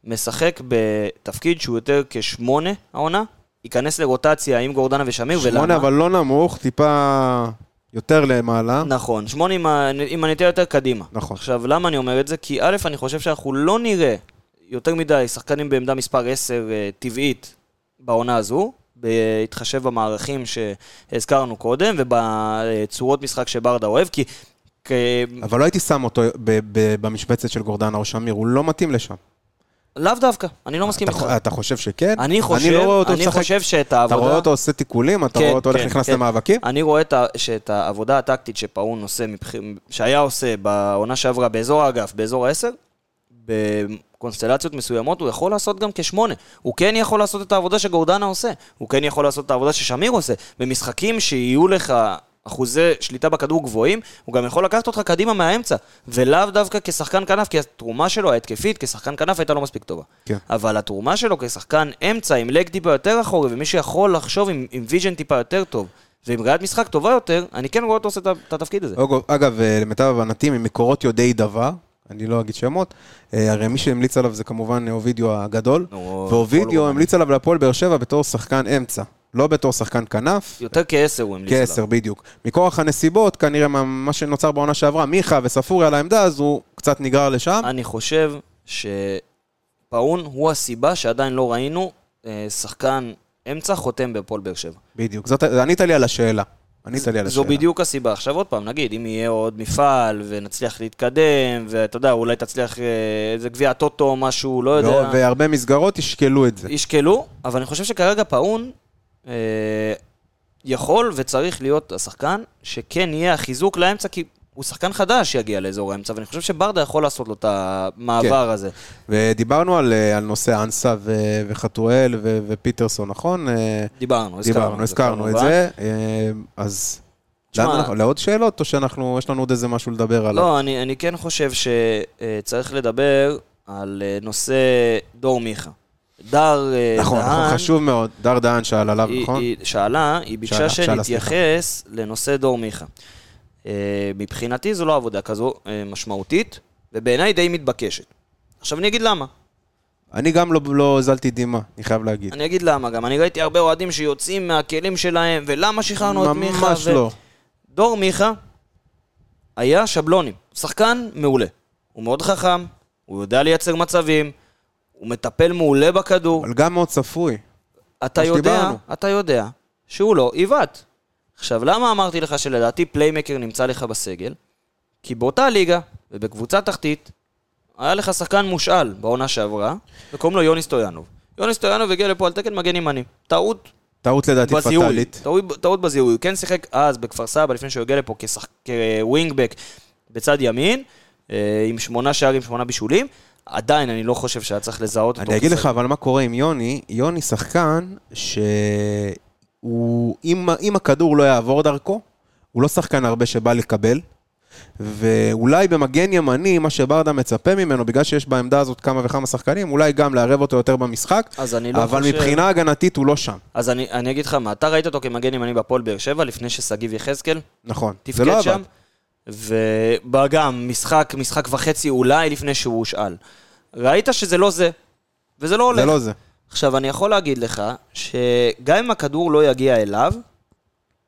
Speaker 3: משחק בתפקיד שהוא יותר כשמונה העונה, ייכנס לרוטציה עם גורדנה ושמיר, ולמה?
Speaker 4: שמונה, אבל לא נמוך, טיפה יותר למעלה.
Speaker 3: נכון, שמונה עם, ה- עם הנטייה יותר קדימה.
Speaker 4: נכון.
Speaker 3: עכשיו, למה אני אומר את זה? כי א', אני חושב שאנחנו לא נראה יותר מדי שחקנים בעמדה מספר 10 אה, טבעית בעונה הזו, בהתחשב במערכים שהזכרנו קודם ובצורות משחק שברדה אוהב, כי... כ...
Speaker 4: אבל לא הייתי שם אותו ב- ב- במשבצת של גורדנה או שמיר, הוא לא מתאים לשם.
Speaker 3: לאו דווקא, אני לא מסכים איתך.
Speaker 4: אתה, אתה חושב שכן?
Speaker 3: אני חושב,
Speaker 4: אני לא רואה אותו
Speaker 3: אני
Speaker 4: משחק.
Speaker 3: חושב שאת העבודה...
Speaker 4: אתה רואה אותו עושה תיקולים? אתה
Speaker 3: כן,
Speaker 4: רואה אותו הולך
Speaker 3: כן,
Speaker 4: נכנס
Speaker 3: כן.
Speaker 4: למאבקים?
Speaker 3: אני רואה את ה- שאת העבודה הטקטית שפאון עושה, מבח... שהיה עושה בעונה שעברה באזור האגף, באזור ה-10, בקונסטלציות מסוימות הוא יכול לעשות גם כשמונה. הוא כן יכול לעשות את העבודה שגורדנה עושה, הוא כן יכול לעשות את העבודה ששמיר עושה. במשחקים שיהיו לך אחוזי שליטה בכדור גבוהים, הוא גם יכול לקחת אותך קדימה מהאמצע, ולאו דווקא כשחקן כנף, כי התרומה שלו ההתקפית כשחקן כנף הייתה לא מספיק טובה.
Speaker 4: כן.
Speaker 3: אבל התרומה שלו כשחקן אמצע עם לג טיפה יותר אחורי, ומי שיכול לחשוב עם, עם ויז'ן טיפה יותר טוב, ועם ראיית משחק טובה יותר, אני כן רואה אותו עושה את ה- את התפקיד הזה.
Speaker 4: אגב, אגב, אה, למיטב הבנתי, ממקורות יודעי דבר, אני לא אגיד שמות, אה, הרי מי שהמליץ עליו זה כמובן אה, אובידיו הגדול,
Speaker 3: נו, לא הכל
Speaker 4: ואובידיו
Speaker 3: רומני.
Speaker 4: המליץ עליו להפועל באר שבע בתור שחקן אמצע, לא בתור שחקן כנף.
Speaker 3: יותר כעשר הוא המליץ עליו.
Speaker 4: כעשר, בדיוק. מכורח הנסיבות, כנראה מה, מה שנוצר בעונה שעברה, מיכה וספורי על העמדה, אז הוא קצת נגרר לשם.
Speaker 3: אני חושב שפאון הוא הסיבה שעדיין לא ראינו אה, שחקן אמצע חותם בהפועל באר שבע.
Speaker 4: בדיוק. זאת, ענית לי על השאלה. ענית לי על
Speaker 3: זו
Speaker 4: השאלה.
Speaker 3: בדיוק הסיבה. עכשיו עוד פעם, נגיד, אם יהיה עוד מפעל ונצליח להתקדם, ואתה יודע, אולי תצליח אה, איזה גביע טוטו או משהו, לא יודע.
Speaker 4: וה- והרבה מסגרות ישקלו את זה.
Speaker 3: ישקלו, אבל אני חושב שכרגע פאון אה, יכול וצריך להיות השחקן שכן יהיה החיזוק לאמצע, כי הוא שחקן חדש שיגיע לאזור האמצע, ואני חושב שברדה יכול לעשות לו את המעבר
Speaker 4: כן.
Speaker 3: הזה.
Speaker 4: ודיברנו על, אה, על נושא אנסה ו- וחתואל ו- ופיטרסון, נכון? אה,
Speaker 3: דיברנו, הזכרנו.
Speaker 4: דיברנו,
Speaker 3: את זה
Speaker 4: הזכרנו את
Speaker 3: כמובן.
Speaker 4: זה. אה, אז
Speaker 3: תשמע-
Speaker 4: לאן אנחנו- לעוד שאלות, או שאנחנו, יש לנו עוד איזה משהו לדבר עליו?
Speaker 3: לא, אני, אני כן חושב שצריך לדבר על אה, נושא דור מיכה. דר אה,
Speaker 4: נכון,
Speaker 3: דהן,
Speaker 4: נכון, חשוב מאוד. דר דהן שאל עליו,
Speaker 3: היא,
Speaker 4: נכון?
Speaker 3: היא שאלה, היא
Speaker 4: שאלה,
Speaker 3: ביקשה
Speaker 4: שאלה,
Speaker 3: שנתייחס לנושא דור מיכה. אה, מבחינתי זו לא עבודה כזו אה, משמעותית, ובעיניי די מתבקשת. עכשיו אני אגיד למה.
Speaker 4: אני גם לא- לא הוזלתי דמעה, אני חייב להגיד.
Speaker 3: אני אגיד למה גם. אני ראיתי הרבה אוהדים שיוצאים מהכלים שלהם, ולמה שחררנו את מיכה.
Speaker 4: ממש
Speaker 3: ו-
Speaker 4: לא.
Speaker 3: דור מיכה היה שבלוני, שחקן מעולה. הוא מאוד חכם, הוא יודע לייצר מצבים, הוא מטפל מעולה בכדור.
Speaker 4: אבל גם מאוד צפוי.
Speaker 3: אתה
Speaker 4: מה
Speaker 3: יודע,
Speaker 4: שדיברנו.
Speaker 3: אתה יודע שהוא לא עיוות. עכשיו, למה אמרתי לך שלדעתי פליימקר נמצא לך בסגל? כי באותה ליגה ובקבוצה תחתית היה לך שחקן מושאל בעונה שעברה, וקוראים לו יוני סטויאנוב. יוני סטויאנוב הגיע לפה על תקן מגן ימני. טעות
Speaker 4: טעות לדעתי
Speaker 3: בזיהוי.
Speaker 4: פטאלית.
Speaker 3: טעות- טעות בזיהוי. הוא כן שיחק אז בכפר סבא, לפני שהוא הגיע לפה כשח- כווינגבק בצד ימין, אה, עם שמונה שערים, שמונה בישולים. עדיין, אני לא חושב שהיה צריך לזהות אותו.
Speaker 4: אני אגיד לך
Speaker 3: כשחקן.
Speaker 4: אבל מה קורה עם יוני, יוני שחקן שהוא, אם, אם הכדור לא יעבור דרכו, הוא לא שחקן הרבה שבא לקבל, ואולי במגן ימני, מה שברדה מצפה ממנו, בגלל שיש בעמדה הזאת כמה וכמה שחקנים, אולי גם לערב אותו יותר במשחק,
Speaker 3: אז אני לא
Speaker 4: אבל
Speaker 3: חושב-
Speaker 4: מבחינה הגנתית הוא לא שם,
Speaker 3: אז אני, אני אגיד לך מה, אתה ראית אותו כמגן ימני בהפועל באר שבע לפני ששגיב יחזקאל
Speaker 4: נכון.
Speaker 3: תפקד
Speaker 4: לא עבד.
Speaker 3: שם, ובא גם משחק, משחק וחצי אולי לפני שהוא הושאל. ראית שזה לא זה, וזה לא הולך.
Speaker 4: זה לא זה.
Speaker 3: עכשיו, אני יכול להגיד לך שגם אם הכדור לא יגיע אליו,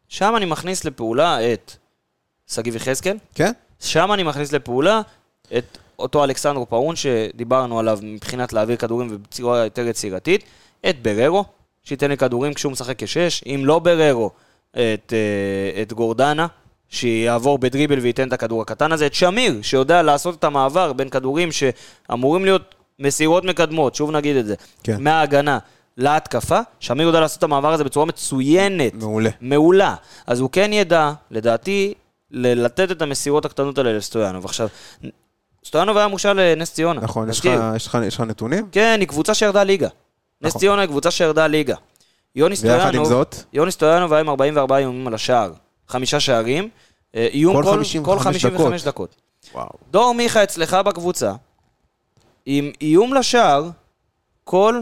Speaker 3: שם אני מכניס לפעולה את שגיב יחזקאל,
Speaker 4: כן?
Speaker 3: שם אני מכניס לפעולה את אותו אלכסנדרו פאון שדיברנו עליו מבחינת להעביר כדורים ובצורה יותר יצירתית, את בררו, שייתן לי כדורים כשהוא משחק כשש, אם לא בררו, את, אה, את גורדנה, שיעבור בדריבל וייתן את הכדור הקטן הזה, את שמיר, שיודע לעשות את המעבר בין כדורים שאמורים להיות מסירות מקדמות, שוב נגיד את זה,
Speaker 4: כן.
Speaker 3: מההגנה להתקפה, שמיר יודע לעשות את המעבר הזה בצורה מצוינת.
Speaker 4: מעולה.
Speaker 3: מעולה. אז הוא כן ידע, לדעתי, ל- לתת את המסירות הקטנות האלה לסטויאנוב. עכשיו, סטויאנוב היה מושל לנס ציונה.
Speaker 4: נכון, יש לך-
Speaker 3: תזכיר.
Speaker 4: יש לך- יש לך נתונים?
Speaker 3: כן, היא קבוצה שירדה ליגה. נס ציונה היא קבוצה שירדה ליגה. יוני
Speaker 4: נכון. ויחד עם
Speaker 3: סטויאנוב,
Speaker 4: זאת,
Speaker 3: יוני סטויאנוב היה עם 44 איומים על השער. חמישה שערים. אה, איום
Speaker 4: כל
Speaker 3: כל,
Speaker 4: 55
Speaker 3: כל 55
Speaker 4: דקות.
Speaker 3: דקות.
Speaker 4: וואו.
Speaker 3: דור מיכה אצלך בקבוצה, עם איום לשער כל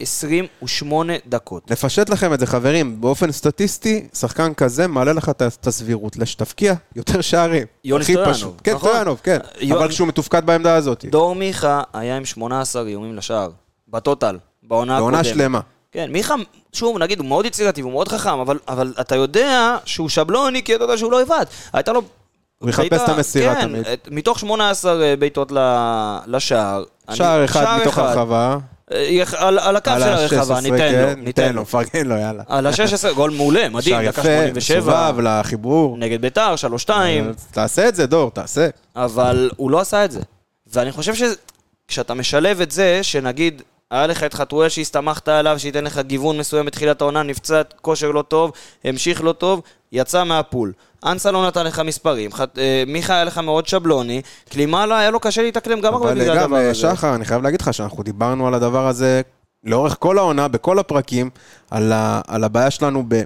Speaker 3: 128 דקות.
Speaker 4: נפשט לכם את זה, חברים. באופן סטטיסטי, שחקן כזה מעלה לך את- את הסבירות לשתפקיע יותר שערים.
Speaker 3: יוני
Speaker 4: הכי
Speaker 3: סטויאנוב,
Speaker 4: פשוט. כן,
Speaker 3: נכון.
Speaker 4: סטויאנוב, כן.
Speaker 3: יו-
Speaker 4: אבל כשהוא מתופקד בעמדה הזאת.
Speaker 3: אוקיי. דור מיכה היה עם 18 איומים לשער, בטוטל, בעונה הקודמת.
Speaker 4: בעונה שלמה.
Speaker 3: כן, מיכה, שוב, נגיד, הוא מאוד יצירתי והוא מאוד חכם, אבל, אבל אתה יודע שהוא שבלוני, כי אתה יודע שהוא לא לבד. הייתה לו...
Speaker 4: הוא יחפש
Speaker 3: הייתה-
Speaker 4: את המסירה
Speaker 3: כן,
Speaker 4: תמיד.
Speaker 3: את- מתוך 18 בעיטות ל- לשער.
Speaker 4: שער
Speaker 3: אני-
Speaker 4: אחד מתוך הרחבה.
Speaker 3: אה, יח- על, על הקו
Speaker 4: על
Speaker 3: של
Speaker 4: ה- 16,
Speaker 3: הרחבה, ניתן
Speaker 4: כן,
Speaker 3: לו. ניתן לו.
Speaker 4: מפרגן לו, יאללה.
Speaker 3: על ה-16, גול מעולה, מדהים,
Speaker 4: שער
Speaker 3: דקה
Speaker 4: יפה,
Speaker 3: 87,
Speaker 4: מסובב אה, לחיבור.
Speaker 3: נגד ביתר, 3-2.
Speaker 4: אז תעשה את זה, דור, תעשה.
Speaker 3: אבל הוא לא עשה את זה. ואני חושב שכשאתה משלב את זה, שנגיד, היה לך את חתואל שהסתמכת עליו, שייתן לך גיוון מסוים בתחילת העונה, נפצע כושר לא טוב, המשיך לא טוב, יצא מהפול. אנסה לא נתן לך מספרים, חת... אה, מיכה היה לך מאוד שבלוני, קלימאלה היה לו קשה להתאקלם גם הרבה
Speaker 4: אבל
Speaker 3: בגלל
Speaker 4: גם,
Speaker 3: הדבר
Speaker 4: אה,
Speaker 3: הזה.
Speaker 4: שחר, אני חייב להגיד לך שאנחנו דיברנו על הדבר הזה לאורך כל העונה, בכל הפרקים, על, ה, על הבעיה שלנו ב...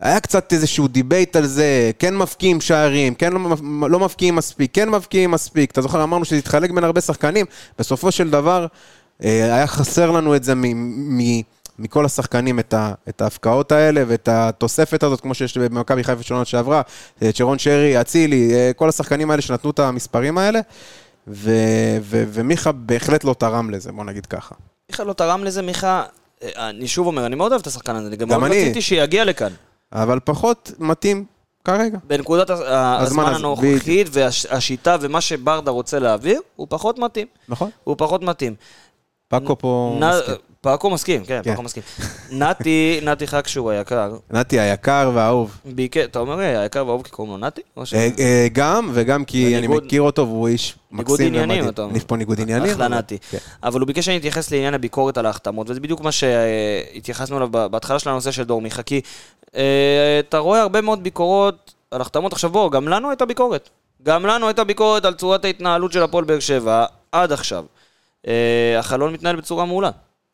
Speaker 4: היה קצת איזשהו דיבייט על זה, כן מבקיעים שערים, כן לא, מב- לא מבקיעים מספיק, כן מבקיעים מספיק. אתה זוכר, אמרנו שזה התחלק בין הרבה שחקנים. בסופו של דבר, אה, היה חסר לנו את זה מ... מ מכל השחקנים את, ה, את ההפקעות האלה ואת התוספת הזאת, כמו שיש במכבי חיפה של העונה שעברה, אה, צ'רון שרי, אצילי, אה, כל השחקנים האלה שנתנו את המספרים האלה. ו- ו- ומיכה בהחלט לא תרם לזה, בוא נגיד ככה.
Speaker 3: מיכה לא תרם לזה, מיכה... אה, אני שוב אומר, אני מאוד אוהב את השחקן הזה, אני גם
Speaker 4: גם
Speaker 3: מאוד
Speaker 4: אני.
Speaker 3: רציתי שיגיע לכאן.
Speaker 4: אבל פחות מתאים כרגע.
Speaker 3: בנקודת הז- הזמן
Speaker 4: הזה,
Speaker 3: הנוכחית והשיטה ומה שברדה רוצה להעביר, הוא פחות מתאים.
Speaker 4: נכון.
Speaker 3: הוא פחות מתאים.
Speaker 4: פאקו פה...
Speaker 3: נ-
Speaker 4: מסכים.
Speaker 3: פאקו מסכים, כן,
Speaker 4: כן.
Speaker 3: פאקו מסכים. נתי, נתי חקשור היקר,
Speaker 4: נתי היקר והאהוב.
Speaker 3: ביקר, אתה אומר אה, היקר ואהוב כי קוראים לו נתי? או ש-
Speaker 4: אה, אה, גם, וגם כי אני
Speaker 3: בניגוד-
Speaker 4: מכיר אותו והוא איש
Speaker 3: ניגוד
Speaker 4: מקסים
Speaker 3: עניינים,
Speaker 4: ומדהים.
Speaker 3: אתה אומר.
Speaker 4: יש פה ניגוד עניינים.
Speaker 3: אחלה
Speaker 4: אבל-
Speaker 3: נתי.
Speaker 4: כן.
Speaker 3: אבל הוא ביקש שאני אתייחס לעניין הביקורת על ההחתמות, וזה בדיוק מה שהתייחסנו אליו ב- בהתחלה של הנושא של דור מיכה, כי אה, אתה רואה הרבה מאוד ביקורות על החתמות. עכשיו בוא, גם לנו הייתה ביקורת. גם לנו הייתה ביקורת על צורת ההתנהלות של הפועל באר שבע עד עכשיו. אה, החלון מתנהל בצורה מעולה.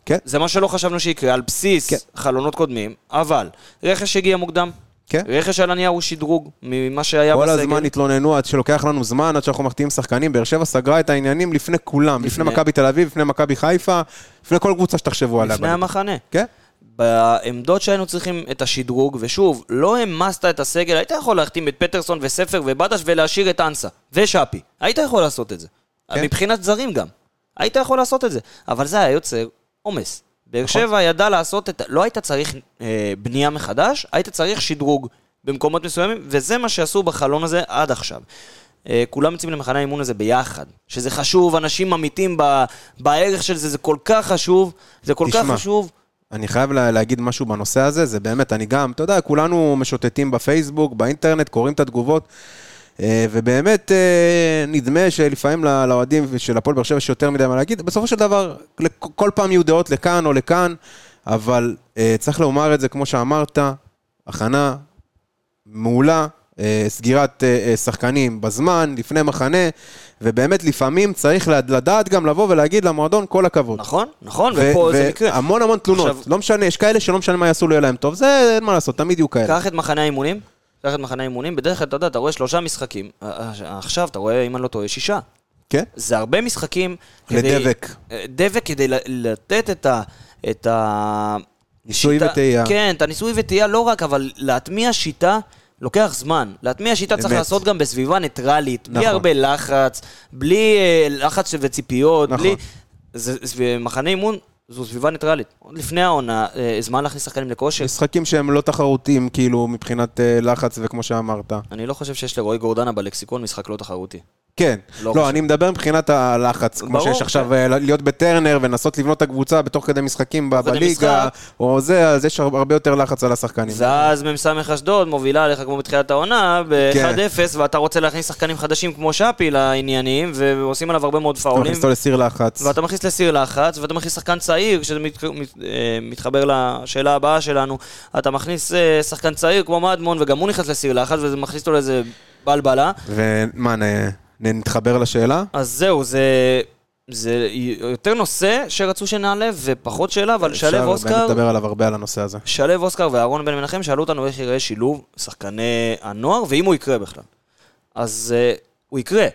Speaker 4: כן.
Speaker 3: זה מה שלא חשבנו שיקרה, על בסיס
Speaker 4: כן.
Speaker 3: חלונות קודמים, אבל רכש הגיע מוקדם,
Speaker 4: כן.
Speaker 3: רכש על הנייר הוא שדרוג ממה שהיה
Speaker 4: כל
Speaker 3: בסגל.
Speaker 4: הזמן התלוננו עד שלוקח לנו זמן, עד שאנחנו מחטיאים שחקנים. באר שבע סגרה את העניינים לפני כולם, לפני
Speaker 3: לפני.
Speaker 4: מכבי תל אביב, לפני מכבי חיפה, לפני כל קבוצה שתחשבו עליה.
Speaker 3: לפני
Speaker 4: בליגה.
Speaker 3: המחנה.
Speaker 4: כן?
Speaker 3: בעמדות שהיינו צריכים את השדרוג, ושוב, לא העמסת את הסגל, היית יכול להחתים את פטרסון וספר ובדש ולהשאיר את אנסה ושאפי. היית יכול לעשות את זה.
Speaker 4: כן.
Speaker 3: כן. מבחינת זרים גם. היית יכול לעשות את זה. אבל זה היה יוצר עומס. באר שבע ידע לעשות את... לא היית צריך אה, בנייה מחדש, היית צריך שדרוג במקומות מסוימים, וזה מה שעשו בחלון הזה עד עכשיו. אה, כולם יוצאים למחנה האימון הזה ביחד, שזה חשוב, אנשים אמיתים ב, בערך של זה, זה כל כך חשוב, זה כל כך
Speaker 4: תשמע,
Speaker 3: חשוב.
Speaker 4: אני חייב לה, להגיד משהו בנושא הזה, זה באמת, אני גם, אתה יודע, כולנו משוטטים בפייסבוק, באינטרנט, קוראים את התגובות, אה, ובאמת אה, נדמה שלפעמים לא- לאוהדים של הפועל באר שבע יש יותר מדי מה להגיד, בסופו של דבר, לכ- כל פעם יהיו דעות לכאן או לכאן, אבל אה, צריך לומר את זה, כמו שאמרת, הכנה מעולה, אה, סגירת אה, אה, שחקנים בזמן, לפני מחנה, ובאמת לפעמים צריך לד- לדעת גם לבוא ולהגיד למועדון כל הכבוד.
Speaker 3: נכון, נכון,
Speaker 4: ו-
Speaker 3: ופה זה
Speaker 4: ו-
Speaker 3: מקרה.
Speaker 4: המון המון תלונות,
Speaker 3: עכשיו-
Speaker 4: לא משנה, יש כאלה שלא משנה מה יעשו, לא יהיה להם טוב, זה אין מה לעשות, תמיד יהיו כאלה.
Speaker 3: קח את מחנה האימונים, קח את מחנה האימונים, בדרך כלל אתה יודע, אתה רואה שלושה משחקים, אה, אה, עכשיו אתה רואה, אם אני לא טועה, שישה.
Speaker 4: כן?
Speaker 3: זה הרבה משחקים.
Speaker 4: לדבק.
Speaker 3: כדי, אה, דבק כדי ל- לתת את ה... את ה...
Speaker 4: ניסוי וטעייה.
Speaker 3: כן, את הניסוי וטעייה לא רק, אבל להטמיע שיטה לוקח זמן. להטמיע שיטה צריך
Speaker 4: אמת.
Speaker 3: לעשות גם בסביבה ניטרלית, בלי
Speaker 4: נכון.
Speaker 3: הרבה לחץ, בלי אה, לחץ וציפיות,
Speaker 4: נכון.
Speaker 3: בלי... זה, זה, מחנה אימון זו סביבה ניטרלית. עוד לפני העונה, אה, זמן להכניס שחקנים לכושר.
Speaker 4: משחקים שהם לא תחרותיים, כאילו, מבחינת אה, לחץ וכמו שאמרת.
Speaker 3: אני לא חושב שיש לרועי גורדנה בלקסיקון משחק לא תחרותי.
Speaker 4: כן.
Speaker 3: לא
Speaker 4: לא,
Speaker 3: חושב.
Speaker 4: אני מדבר מבחינת הלחץ, כמו
Speaker 3: ברור, כן.
Speaker 4: שיש עכשיו אה, להיות בטרנר ולנסות לבנות את הקבוצה בתוך כדי משחקים ב-
Speaker 3: כדי
Speaker 4: בליגה,
Speaker 3: משחק.
Speaker 4: או זה, אז יש הרבה יותר לחץ על השחקנים.
Speaker 3: ואז מ"ס אשדוד מובילה עליך כמו בתחילת העונה
Speaker 4: כן.
Speaker 3: ב-1-0, ואתה רוצה להכניס שחקנים חדשים כמו שפי לעניינים, ועושים עליו הרבה מאוד
Speaker 4: אתה
Speaker 3: פאולים,
Speaker 4: מכניס אותו לסיר לחץ.
Speaker 3: ואתה מכניס לסיר לחץ, ואתה מכניס שחקן צעיר, שזה מת- מת- אה, מתחבר לשאלה הבאה שלנו, אתה מכניס אה, שחקן צעיר כמו מדמון, וגם הוא נכנס לסיר לחץ, וזה מכניס אותו לאיזה בלבלה,
Speaker 4: ומה, נ- נתחבר לשאלה?
Speaker 3: אז זהו, זה... זה יותר נושא שרצו שנעלה, ופחות שאלה, אבל שלו
Speaker 4: אפשר
Speaker 3: אוסקר...
Speaker 4: באמת לדבר עליו הרבה על הנושא הזה.
Speaker 3: שלו אוסקר ואהרון בן מנחם שאלו אותנו איך יראה שילוב שחקני הנוער, ואם הוא יקרה בכלל. אז uh, הוא יקרה.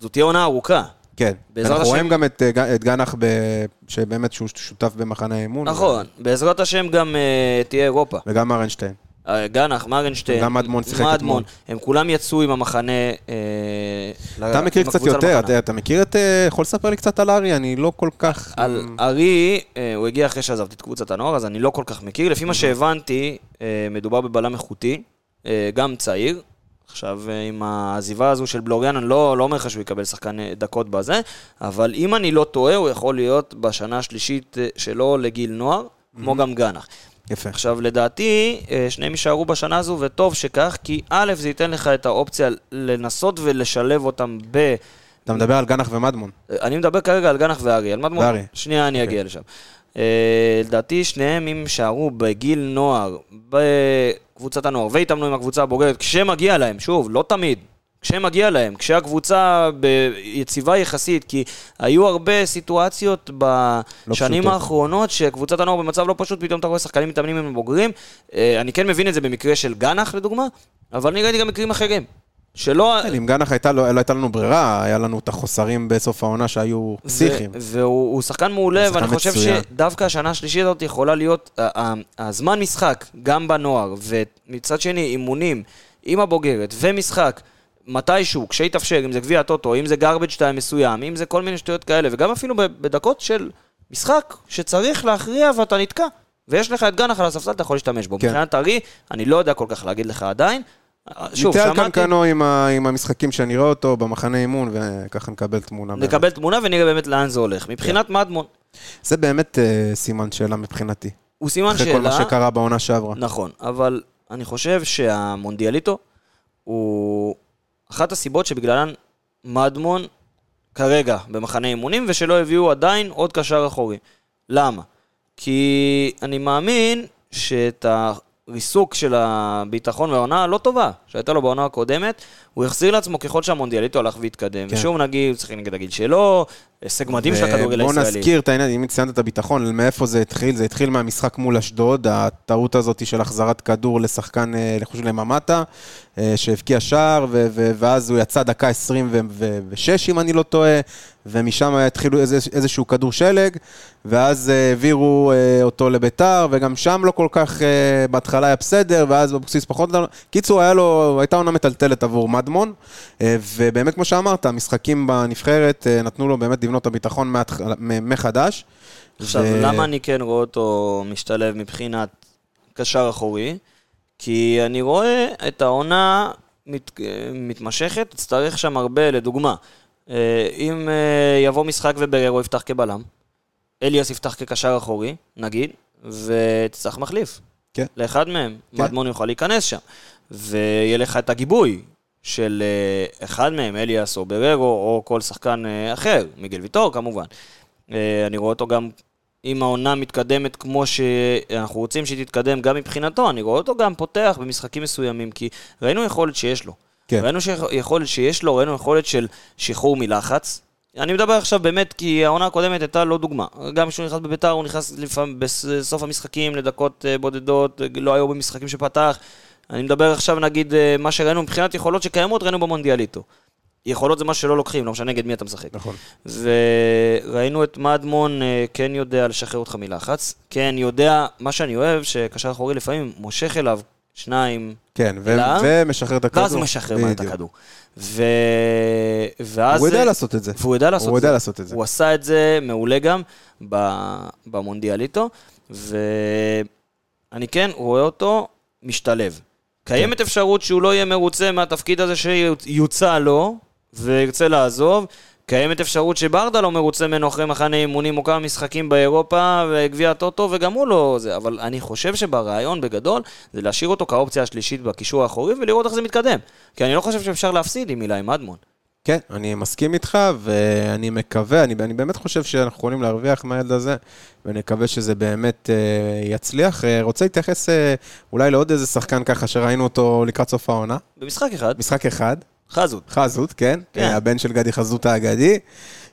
Speaker 3: זו תהיה עונה ארוכה.
Speaker 4: כן.
Speaker 3: בעזרת
Speaker 4: אנחנו
Speaker 3: השם-
Speaker 4: רואים גם את, אה, ג- את גנח, ב- שבאמת שהוא שותף במחנה האמון.
Speaker 3: נכון, בעזרת השם גם uh, תהיה אירופה.
Speaker 4: וגם ארנשטיין.
Speaker 3: אה, גנח, מרנשטיין,
Speaker 4: גם מדמון שיחק אתמול.
Speaker 3: מדמון, הם כולם יצאו עם המחנה... אה, ל-
Speaker 4: אתה מכיר
Speaker 3: עם
Speaker 4: קצת
Speaker 3: הקבוצה
Speaker 4: יותר,
Speaker 3: למחנה.
Speaker 4: אתה, אתה מכיר את... אה, יכול לספר לי קצת על ארי? אני לא כל כך...
Speaker 3: על ארי, אה, הוא הגיע אחרי שעזבתי את קבוצת הנוער, אז אני לא כל כך מכיר. לפי מה שהבנתי, אה, מדובר בבלם איכותי, אה, גם צעיר. עכשיו, אה, עם העזיבה הזו של בלוריאן, אני לא, לא אומר לך שהוא יקבל שחקן אה, דקות בזה, אבל אם אני לא טועה, הוא יכול להיות בשנה השלישית אה, שלו לגיל נוער, כמו גם גנח.
Speaker 4: יפה.
Speaker 3: עכשיו, לדעתי, אה, שניהם יישארו בשנה הזו, וטוב שכך, כי א', זה ייתן לך את האופציה לנסות ולשלב אותם ב...
Speaker 4: אתה מדבר על גנח ומדמון.
Speaker 3: אני מדבר כרגע על גנח וארי, על מדמון.
Speaker 4: וארי. אוקיי.
Speaker 3: שנייה, אני אגיע לשם. אה, לדעתי, שניהם, אם שערו בגיל נוער, בקבוצת הנוער, והתאמנו עם הקבוצה הבוגרת, כשמגיע להם, שוב, לא תמיד, כשמגיע להם, כשהקבוצה ביציבה יחסית, כי היו הרבה סיטואציות בשנים
Speaker 4: לא פשוטות.
Speaker 3: האחרונות שקבוצת הנוער במצב לא פשוט, פתאום אתה רואה שחקנים מתאמנים עם בוגרים. אה, אני כן מבין את זה במקרה של גנח, לדוגמה, אבל אני ראיתי גם מקרים אחרים. שלא...
Speaker 4: כן, עם גנח הייתה, לא, לא הייתה לנו ברירה, היה לנו את החוסרים בסוף העונה שהיו פסיכיים.
Speaker 3: ו- והוא הוא שחקן מעולה,
Speaker 4: הוא שחקן
Speaker 3: ואני חושב
Speaker 4: מצוין.
Speaker 3: שדווקא השנה השלישית הזאת יכולה להיות ה- ה- הזמן משחק, גם בנוער, ומצד שני אימונים עם הבוגרת ומשחק. מתישהו, כשיתאפשר, אם זה גביע הטוטו, אם זה garbage time מסוים, אם זה כל מיני שטויות כאלה, וגם אפילו ב- בדקות של משחק שצריך להכריע ואתה נתקע, ויש לך את גנח על הספסל, אתה יכול להשתמש בו.
Speaker 4: כן.
Speaker 3: מבחינת ארי, אני לא יודע כל כך להגיד לך עדיין. שוב,
Speaker 4: ניתן על
Speaker 3: שמעתי,
Speaker 4: קנקנו עם, ה, עם המשחקים שנראה אותו במחנה אימון, וככה נקבל תמונה. באמת.
Speaker 3: נקבל תמונה ונראה באמת לאן זה הולך.
Speaker 4: כן.
Speaker 3: מבחינת מדמון,
Speaker 4: זה באמת אה, סימן שאלה מבחינתי.
Speaker 3: הוא סימן
Speaker 4: אחרי כל מה
Speaker 3: שאלה,
Speaker 4: שקרה בעונה שעברה.
Speaker 3: נכון, אבל אני חושב שהמונדיאליטו הוא אחת הסיבות שבגללן מדמון כרגע במחנה אימונים, ושלא הביאו עדיין עוד קשר אחורי. למה? כי אני מאמין שאת הריסוק של הביטחון והעונה הלא טובה שהייתה לו בעונה הקודמת, הוא יחזיר לעצמו ככל שהמונדיאליטו הלך והתקדם.
Speaker 4: כן.
Speaker 3: ושוב נגיד, הוא צריך נגד הגיל שלו, אה, הישג מדהים של הכדורגל
Speaker 4: בואו
Speaker 3: הישראלי.
Speaker 4: נזכיר את העניין, אם ציינת את הביטחון, מאיפה זה התחיל? זה התחיל מהמשחק מול אשדוד, הטעות הזאת של החזרת כדור לשחקן, אה, לחוש לממטה, אה, שהבקיע שער, ו- ו- ואז הוא יצא דקה 26, אם אני לא טועה, ומשם התחילו איזה, איזשהו כדור שלג, ואז אה, העבירו אה, אותו לביתר, וגם שם לא כל כך, אה, בהתחלה היה בסדר, ואז אבוקסיס פחות... קיצור, היה לו, הייתה עונה מטלטלת עבור מדמון, אה, ובאמת, כמו שאמרת, המשחקים בנבחרת אה, נתנו לו באמת לבנות את הביטחון מההתחלה- מ- מחדש.
Speaker 3: עכשיו,
Speaker 4: ו-
Speaker 3: למה אני כן רואה אותו משתלב מבחינת קשר אחורי? כי אני רואה את העונה מת, מתמשכת, תצטרך שם הרבה, לדוגמה. אה, אם אה, יבוא משחק ובררו יפתח כבלם, אליאס יפתח כקשר אחורי, נגיד, ותצטרך מחליף.
Speaker 4: כן.
Speaker 3: לאחד מהם.
Speaker 4: כן.
Speaker 3: כן. מדמון יוכל להיכנס שם. ויהיה לך את הגיבוי של אה, אחד מהם, אליאס או בררו, או כל שחקן אה, אחר, מיגל ויטור כמובן. אה, אני רואה אותו גם, אם העונה מתקדמת כמו שאנחנו רוצים שהיא תתקדם, גם מבחינתו, אני רואה אותו גם פותח במשחקים מסוימים, כי ראינו יכולת שיש לו.
Speaker 4: כן.
Speaker 3: ראינו שיכ- יכולת שיש לו, ראינו יכולת של שחרור מלחץ. אני מדבר עכשיו באמת, כי העונה הקודמת הייתה לא דוגמה. גם כשהוא נכנס בביתר, הוא נכנס לפעמים בסוף המשחקים לדקות אה, בודדות, אה, לא היו במשחקים שפתח. אני מדבר עכשיו, נגיד, אה, מה שראינו מבחינת יכולות שקיימות, ראינו במונדיאליטו. יכולות זה מה שלא לוקחים, לא משנה נגד מי אתה משחק.
Speaker 4: נכון.
Speaker 3: וראינו את מדמון אה, כן יודע לשחרר אותך מלחץ, כן יודע, מה שאני אוהב, שקשר אחורי לפעמים מושך אליו שניים,
Speaker 4: כן, ו-
Speaker 3: אלא?
Speaker 4: ומשחרר את הכדור.
Speaker 3: ואז הוא משחרר מהר את
Speaker 4: בדיוק.
Speaker 3: הכדור. ו... ואז...
Speaker 4: הוא יודע לעשות את זה.
Speaker 3: אה, והוא יודע לעשות
Speaker 4: הוא
Speaker 3: את
Speaker 4: יודע
Speaker 3: זה.
Speaker 4: לעשות את זה.
Speaker 3: הוא עשה את זה מעולה גם ב- במונדיאליטו, ואני כן רואה אותו משתלב.
Speaker 4: כן.
Speaker 3: קיימת אפשרות שהוא לא יהיה מרוצה מהתפקיד הזה שיוצע לו וירצה לעזוב. קיימת אפשרות שברדה לא מרוצה ממנו אחרי מחנה אימונים או כמה משחקים באירופה וגביע הטוטו וגם הוא לא זה, אבל אני חושב שברעיון בגדול זה להשאיר אותו כאופציה השלישית בקישור האחורי ולראות איך זה מתקדם. כי אני לא חושב שאפשר להפסיד עם אילי מדמון.
Speaker 4: כן, אני מסכים איתך, ואני מקווה, אני, אני באמת חושב שאנחנו יכולים להרוויח מהילד הזה, ונקווה שזה באמת אה, יצליח. אה, רוצה להתייחס אה, אולי לעוד איזה שחקן ככה שראינו אותו לקראת סוף העונה.
Speaker 3: במשחק אחד,
Speaker 4: משחק אחד,
Speaker 3: חזות.
Speaker 4: חזות, כן?
Speaker 3: כן.
Speaker 4: אה, הבן של גדי חזות האגדי.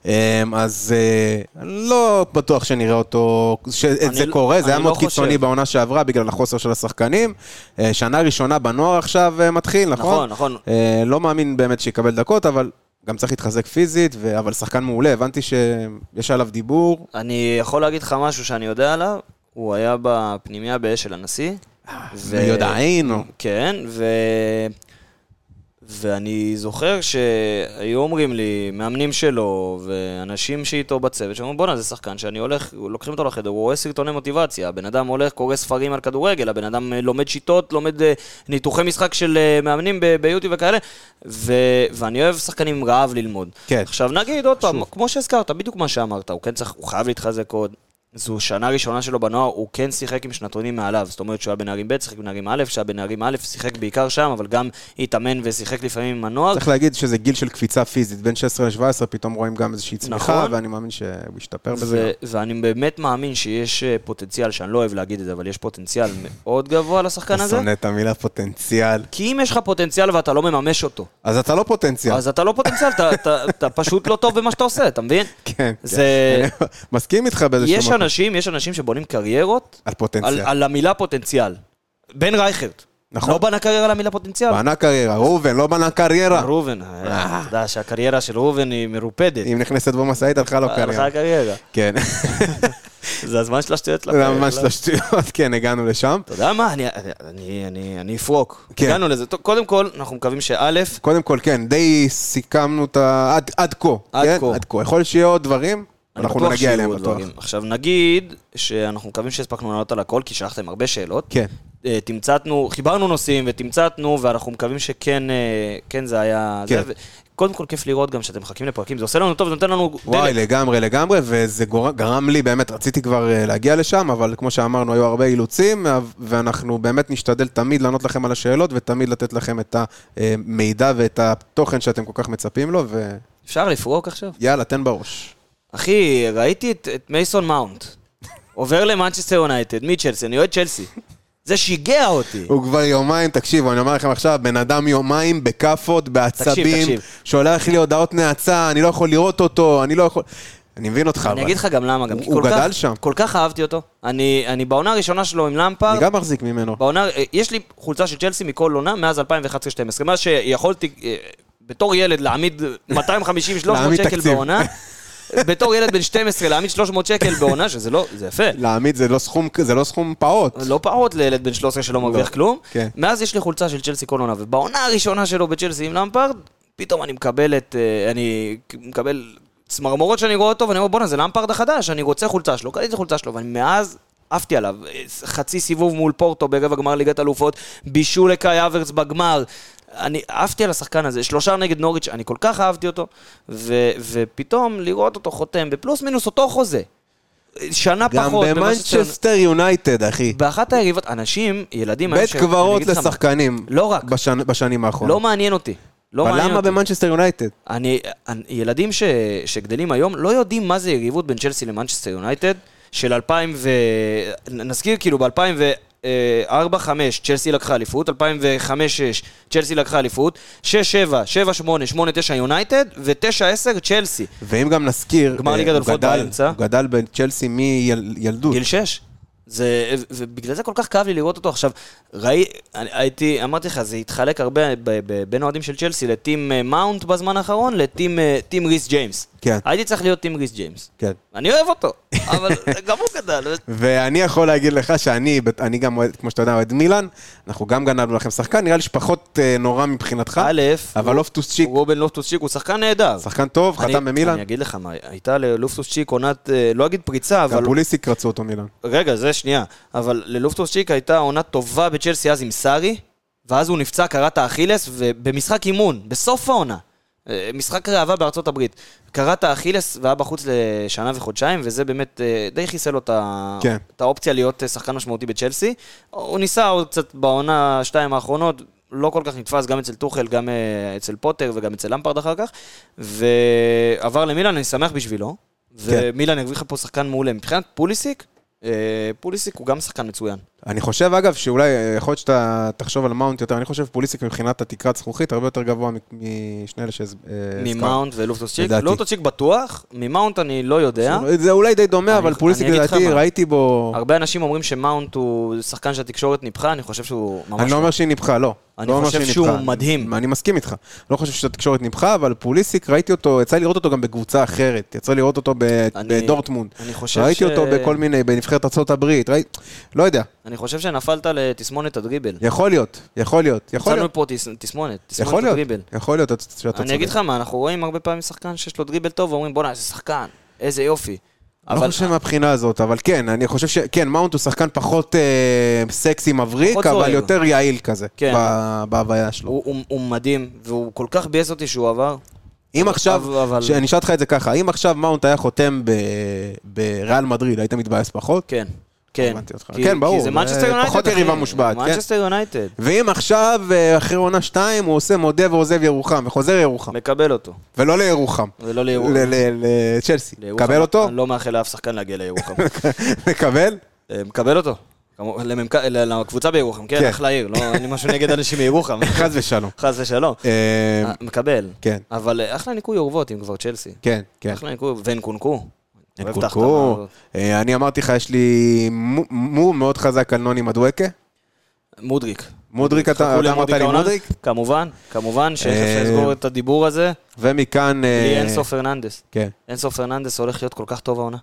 Speaker 4: אה, אז אה, לא בטוח שנראה אותו, שאת
Speaker 3: אני
Speaker 4: זה
Speaker 3: לא-
Speaker 4: קורה, זה
Speaker 3: אני
Speaker 4: היה
Speaker 3: לא
Speaker 4: מאוד
Speaker 3: חושב.
Speaker 4: קיצוני בעונה שעברה בגלל החוסר של השחקנים. אה, שנה ראשונה בנוער עכשיו אה, מתחיל, נכון?
Speaker 3: נכון, נכון.
Speaker 4: אה, לא מאמין באמת שיקבל דקות, אבל גם צריך להתחזק פיזית, ו... אבל שחקן מעולה, הבנתי שיש עליו דיבור.
Speaker 3: אני יכול להגיד לך משהו שאני יודע עליו, הוא היה בפנימייה באשל הנשיא. ו-
Speaker 4: ויודענו.
Speaker 3: כן, ו... ואני זוכר שהיו אומרים לי, מאמנים שלו ואנשים שאיתו בצוות, שאומרים בואנה זה שחקן שאני הולך, לוקחים אותו לחדר, הוא רואה סרטוני מוטיבציה, הבן אדם הולך, קורא ספרים על כדורגל, הבן אדם אה, לומד שיטות, לומד אה, ניתוחי משחק של אה, מאמנים ב- ביוטיוב וכאלה, ו... ואני אוהב שחקנים עם רעב ללמוד.
Speaker 4: כן.
Speaker 3: עכשיו נגיד עוד פעם, כמו שהזכרת, בדיוק מה שאמרת, הוא כן צריך, הוא חייב להתחזק עוד. זו שנה ראשונה שלו בנוער, הוא כן שיחק עם שנתונים מעליו. זאת אומרת שהוא היה בנערים ב', שיחק בנערים א', שהיה בנערים א', שיחק בעיקר שם, אבל גם התאמן ושיחק לפעמים עם הנוער.
Speaker 4: צריך להגיד שזה גיל של קפיצה פיזית, בין 16 ל-17 פתאום רואים גם איזושהי צמיחה,
Speaker 3: נכון.
Speaker 4: ואני מאמין שהוא ישתפר
Speaker 3: ו-
Speaker 4: בזה.
Speaker 3: ואני באמת מאמין שיש אה, פוטנציאל, שאני לא אוהב להגיד את זה, אבל יש פוטנציאל מאוד גבוה לשחקן
Speaker 4: אתה
Speaker 3: הזה.
Speaker 4: שונא את המילה פוטנציאל.
Speaker 3: כי אם יש לך פוטנציאל ואתה לא מממש אותו,
Speaker 4: אז אתה לא פוטנציאל.
Speaker 3: אז אתה לא פוטנציאל, אתה- אתה- אתה פשוט לא טוב במה שאתה עושה, אתה מבין?
Speaker 4: כן,
Speaker 3: זה-
Speaker 4: כן. אני מסכים איתך באיזשהו
Speaker 3: יש
Speaker 4: מקום.
Speaker 3: אנשים, יש אנשים שבונים קריירות
Speaker 4: על
Speaker 3: על,
Speaker 4: פוטנציאל.
Speaker 3: על המילה פוטנציאל. בן רייכרט.
Speaker 4: נכון.
Speaker 3: לא בנה קריירה על המילה פוטנציאל.
Speaker 4: בנה קריירה, ראובן, לא בנה קריירה.
Speaker 3: ראובן, אה, אתה יודע שהקריירה של ראובן היא מרופדת.
Speaker 4: אם נכנסת בו משאית, הלכה לו
Speaker 3: אה, הלכה
Speaker 4: קריירה.
Speaker 3: הקריירה.
Speaker 4: כן,
Speaker 3: זה הזמן של השטויות
Speaker 4: זה
Speaker 3: לפרק.
Speaker 4: ממש
Speaker 3: לא?
Speaker 4: לא שטויות, כן, הגענו לשם.
Speaker 3: אתה יודע מה, אני- אני- אני- אני- אני אפרוק.
Speaker 4: כן.
Speaker 3: הגענו לזה. טוב, קודם כל, אנחנו מקווים שא',
Speaker 4: קודם כל, כן, די סיכמנו את ה... עד, עד כה.
Speaker 3: עד
Speaker 4: כן?
Speaker 3: כה.
Speaker 4: עד כה. יכול להיות שיהיה עוד דברים,
Speaker 3: אני
Speaker 4: אנחנו
Speaker 3: בטוח
Speaker 4: נגיע
Speaker 3: שיהיו
Speaker 4: אליהם
Speaker 3: עוד
Speaker 4: בטוח.
Speaker 3: דברים. עכשיו נגיד שאנחנו מקווים שהספקנו לענות על הכל, כי שלחתם הרבה שאלות.
Speaker 4: כן.
Speaker 3: אה, תמצתנו, חיברנו נושאים ותמצתנו, ואנחנו מקווים שכן אה, כן זה היה... זה,
Speaker 4: כן.
Speaker 3: ו- קודם כל, כיף לראות גם שאתם מחכים לפרקים, זה עושה לנו טוב, זה נותן לנו דלק.
Speaker 4: וואי, לגמרי, לגמרי, וזה גור... גרם לי, באמת, רציתי כבר אה, להגיע לשם, אבל כמו שאמרנו, היו הרבה אילוצים, אה, ואנחנו באמת נשתדל תמיד לענות לכם על השאלות, ותמיד לתת לכם את המידע ואת התוכן שאתם כל כך מצפים לו, ויאללה,
Speaker 3: אפשר לפרוק עכשיו?
Speaker 4: תן בראש.
Speaker 3: אחי, ראיתי את, את מייסון מאונט. עובר למנצ'סטר יונייטד, מצ'לסי, אני אוהד צ'לסי. זה שיגע אותי.
Speaker 4: הוא כבר יומיים, תקשיבו, אני אומר לכם עכשיו, בן אדם יומיים בכאפות, בעצבים,
Speaker 3: תקשיב, תקשיב.
Speaker 4: שולח לי הודעות נאצה, אני לא יכול לראות אותו, אני לא יכול... אני מבין אותך, אבל...
Speaker 3: אני אגיד לך גם למה, גם
Speaker 4: הוא-
Speaker 3: כי
Speaker 4: הוא
Speaker 3: כל כך-
Speaker 4: גדל שם.
Speaker 3: כל כך אהבתי אותו. אני אני בעונה הראשונה שלו עם
Speaker 4: אני
Speaker 3: למפרד,
Speaker 4: גם מחזיק ממנו.
Speaker 3: בעונה, אה, יש לי חולצה של צ'לסי מכל עונה מאז 2011-2012. מאז שיכולתי, אה, בתור ילד, להעמיד 250-300
Speaker 4: להעמיד
Speaker 3: שקל
Speaker 4: תקציב.
Speaker 3: בעונה. בתור ילד בן 12 להעמיד 300 שקל בעונה, שזה לא, זה יפה.
Speaker 4: להעמיד זה לא סכום, זה לא סכום פעוט.
Speaker 3: לא פעוט לילד בן 13 שלא מרוויח כלום.
Speaker 4: כן.
Speaker 3: מאז יש לי חולצה של צ'לסי כל עונה, ובעונה הראשונה שלו בצ'לסי עם למפרד, פתאום אני מקבל את... אה, אני מקבל צמרמורות שאני רואה אותו, ואני אומר, בואנה, זה למפרד החדש, אני רוצה חולצה שלו. קניתי חולצה שלו, ואני מאז... עפתי עליו, אה, חצי סיבוב מול פורטו ברבע גמר ליגת אלופות, בישול לקאי אברץ בגמר. אני עפתי על השחקן הזה, שלושה נגד נוריץ', אני כל כך אהבתי אותו, ו, ופתאום לראות אותו חותם בפלוס מינוס אותו חוזה. אה, שנה
Speaker 4: גם
Speaker 3: פחות. במנצ'סטר-
Speaker 4: במנצ'סטר יונייטד, אחי.
Speaker 3: באחת היריבות, אנשים, ילדים... היום
Speaker 4: בית
Speaker 3: ש- אני
Speaker 4: קברות
Speaker 3: אגיד לך מה,
Speaker 4: לשחקנים.
Speaker 3: לא רק.
Speaker 4: בשנ- בשנים האחרונות.
Speaker 3: לא מעניין אותי. לא
Speaker 4: אבל
Speaker 3: מעניין
Speaker 4: למה
Speaker 3: אותי.
Speaker 4: במנצ'סטר יונייטד?
Speaker 3: אני, אני, ילדים ש, שגדלים היום לא יודעים מה זה יריבות בין צ'לסי למנצ'סטר יונייטד של 2000 ו... נזכיר כאילו ב-2004-2005 צ'לסי לקחה אליפות, 2005-2006 צ'לסי לקחה אליפות, 6-7, 7-8, 8-9 יונייטד ו-9-10 צ'לסי.
Speaker 4: ואם גם נזכיר,
Speaker 3: גמר
Speaker 4: אה,
Speaker 3: ליגת
Speaker 4: הוא
Speaker 3: אלופות
Speaker 4: גדל-
Speaker 3: באמצע.
Speaker 4: הוא גדל בצ'לסי מילדות.
Speaker 3: גיל 6. זה, ובגלל זה כל כך כאב לי לראות אותו עכשיו. ראי, אני, הייתי, אמרתי לך, זה התחלק הרבה ב, ב, בין אוהדים של צ'לסי לטים אה, מאונט בזמן האחרון, לטים אה, טים ריס ג'יימס.
Speaker 4: כן.
Speaker 3: הייתי צריך להיות טים ריס ג'יימס.
Speaker 4: כן.
Speaker 3: אני אוהב אותו, אבל גם הוא גדל.
Speaker 4: ואני יכול להגיד לך שאני, אני גם, אוהד- כמו שאתה יודע, אוהד מילאן, אנחנו גם גנבנו לכם שחקן, נראה לי שפחות אה, נורא מבחינתך.
Speaker 3: א',
Speaker 4: אבל
Speaker 3: הוא-
Speaker 4: לופטוס צ'יק,
Speaker 3: רובן לופטוס צ'יק הוא שחקן נהדר.
Speaker 4: שחקן טוב,
Speaker 3: אני-
Speaker 4: חתם במילאן.
Speaker 3: אני אגיד לך מה, הייתה ללופטוס צ'יק עונת, אה, לא אגיד פריצה,
Speaker 4: גם
Speaker 3: אבל
Speaker 4: פוליסיק רצו אותו מילאן.
Speaker 3: רגע, זה שנייה. אבל ללופטוס צ'יק הייתה עונה טובה בצ'לסי אז עם סארי, ואז הוא נפצע, קרע את האכילס, ובמשחק אימון, בסוף העונה, אה, משחק ראווה בארצות הברית, קרע את האכילס והיה בחוץ לשנה וחודשיים, וזה באמת אה, די חיסל לו את ה-
Speaker 4: כן.
Speaker 3: את האופציה להיות אה, שחקן משמעותי בצ'לסי. הוא ניסה עוד קצת בעונה שתיים האחרונות. לא כל כך נתפס גם אצל טוחל, גם אה, אצל פוטר וגם אצל למפרד אחר כך, ועבר למילאן, אני שמח
Speaker 4: כן.
Speaker 3: בשבילו, ומילאן הרוויחה פה שחקן מעולה. מבחינת פוליסיק, אה, פוליסיק הוא גם שחקן מצוין.
Speaker 4: אני חושב, אגב, שאולי, אה, יכול להיות שאתה תחשוב על מאונט יותר, אני חושב פוליסיק מבחינת התקרת זכוכית הרבה יותר גבוה מ- משני אלה אה, שהזכרת.
Speaker 3: ממאונט ולופטוס צ'יק.
Speaker 4: לדעתי.
Speaker 3: לופטוס צ'יק בטוח, ממאונט אני לא יודע.
Speaker 4: זה אולי די דומה,
Speaker 3: אני-
Speaker 4: אבל פוליסיק
Speaker 3: אני אגיד לך
Speaker 4: לדעתי,
Speaker 3: מה.
Speaker 4: ראיתי בו...
Speaker 3: הרבה אנשים אומרים שמאונט הוא שחקן שהתקשורת ניפחה, אני חושב שהוא ממש...
Speaker 4: אני לא אומר שהיא ניפחה, לא.
Speaker 3: אני
Speaker 4: לא אומר
Speaker 3: חושב
Speaker 4: שהיא
Speaker 3: שהוא
Speaker 4: ניפחה.
Speaker 3: מדהים.
Speaker 4: אני מסכים איתך. לא חושב שהתקשורת ניפחה, אבל פוליסיק, ראיתי אותו, יצא לי לראות אותו גם בקבוצה אחרת. יצא לי לראות אותו ב-
Speaker 3: אני-
Speaker 4: בדורטמונד.
Speaker 3: אני חושב ש-
Speaker 4: ראיתי אותו בכל מיני, בנבחרת ארה"ב, ראיתי... לא יודע,
Speaker 3: אני חושב שנפלת לתסמונת הדריבל.
Speaker 4: יכול להיות, יכול להיות, יכול להיות.
Speaker 3: יצאנו פה תס- תסמונת,
Speaker 4: יכול
Speaker 3: תסמונת
Speaker 4: להיות,
Speaker 3: הדריבל.
Speaker 4: יכול להיות שאתה צודק.
Speaker 3: אני אגיד לך מה, אנחנו רואים הרבה פעמים שחקן שיש לו דריבל טוב, ואומרים בואנה, איזה שחקן, איזה יופי.
Speaker 4: לא
Speaker 3: אבל
Speaker 4: חושב מהבחינה הזאת, אבל כן, אני חושב ש... כן, מאונט הוא שחקן פחות אה, סקסי מבריק,
Speaker 3: פחות
Speaker 4: אבל
Speaker 3: זוהר.
Speaker 4: יותר יעיל כזה,
Speaker 3: כן.
Speaker 4: ב- בהוויה שלו.
Speaker 3: הוא- הוא הוא מדהים, והוא כל כך ביאס אותי שהוא עבר.
Speaker 4: אם
Speaker 3: אבל-
Speaker 4: עכשיו,
Speaker 3: אבל-
Speaker 4: ש- אני אשאל אותך את זה ככה, אם עכשיו מאונט היה חותם ב- בריאל מדריד, היית מתבאס פחות?
Speaker 3: כן, כן.
Speaker 4: הבנתי אותך.
Speaker 3: כי-
Speaker 4: כן, ברור,
Speaker 3: כי זה
Speaker 4: זה
Speaker 3: מנצ'סטר יונייטד,
Speaker 4: פחות
Speaker 3: אחי.
Speaker 4: יריבה מושבעת, כן?
Speaker 3: מנצ'סטר יונייטד,
Speaker 4: ואם עכשיו, אה, אחרי עונה שתיים, הוא עושה מודה ועוזב ירוחם, וחוזר לירוחם,
Speaker 3: מקבל אותו.
Speaker 4: ולא לירוחם,
Speaker 3: ולא לירוחם.
Speaker 4: ל- ל- לצ'לסי.
Speaker 3: לירוחם.
Speaker 4: קבל אותו?
Speaker 3: אני לא מאחל לאף שחקן להגיע לירוחם.
Speaker 4: מקבל?
Speaker 3: אה, מקבל אותו. כמו- לממק- ל- לקבוצה בירוחם, כן,
Speaker 4: כן.
Speaker 3: אחלה עיר, לא, אין לי משהו נגד אנשים מירוחם.
Speaker 4: חס ושלום.
Speaker 3: חס ושלום.
Speaker 4: אה,
Speaker 3: אה, מקבל.
Speaker 4: כן.
Speaker 3: אבל אה, אחלה ניקוי אורוות, אם כבר צ'לסי.
Speaker 4: כן, כן.
Speaker 3: אחלה ניקוי, ונקונקו.
Speaker 4: אין
Speaker 3: אוהב את ההחתמה
Speaker 4: קוקו.
Speaker 3: הזאת.
Speaker 4: אה, אני אמרתי לך, יש לי מו- מום מאוד חזק על נוני מדואקה.
Speaker 3: מודריק.
Speaker 4: מודריק, אתה
Speaker 3: חכו
Speaker 4: אתה אמרת
Speaker 3: למודריק
Speaker 4: לי
Speaker 3: העונה.
Speaker 4: מודריק?
Speaker 3: כמובן, כמובן שאיך
Speaker 4: אה,
Speaker 3: אפשר לסגור את הדיבור הזה,
Speaker 4: ומכאן... אה,
Speaker 3: בלי אינסו פרננדס.
Speaker 4: כן.
Speaker 3: אינסו פרננדס הולך להיות כל כך טוב העונה.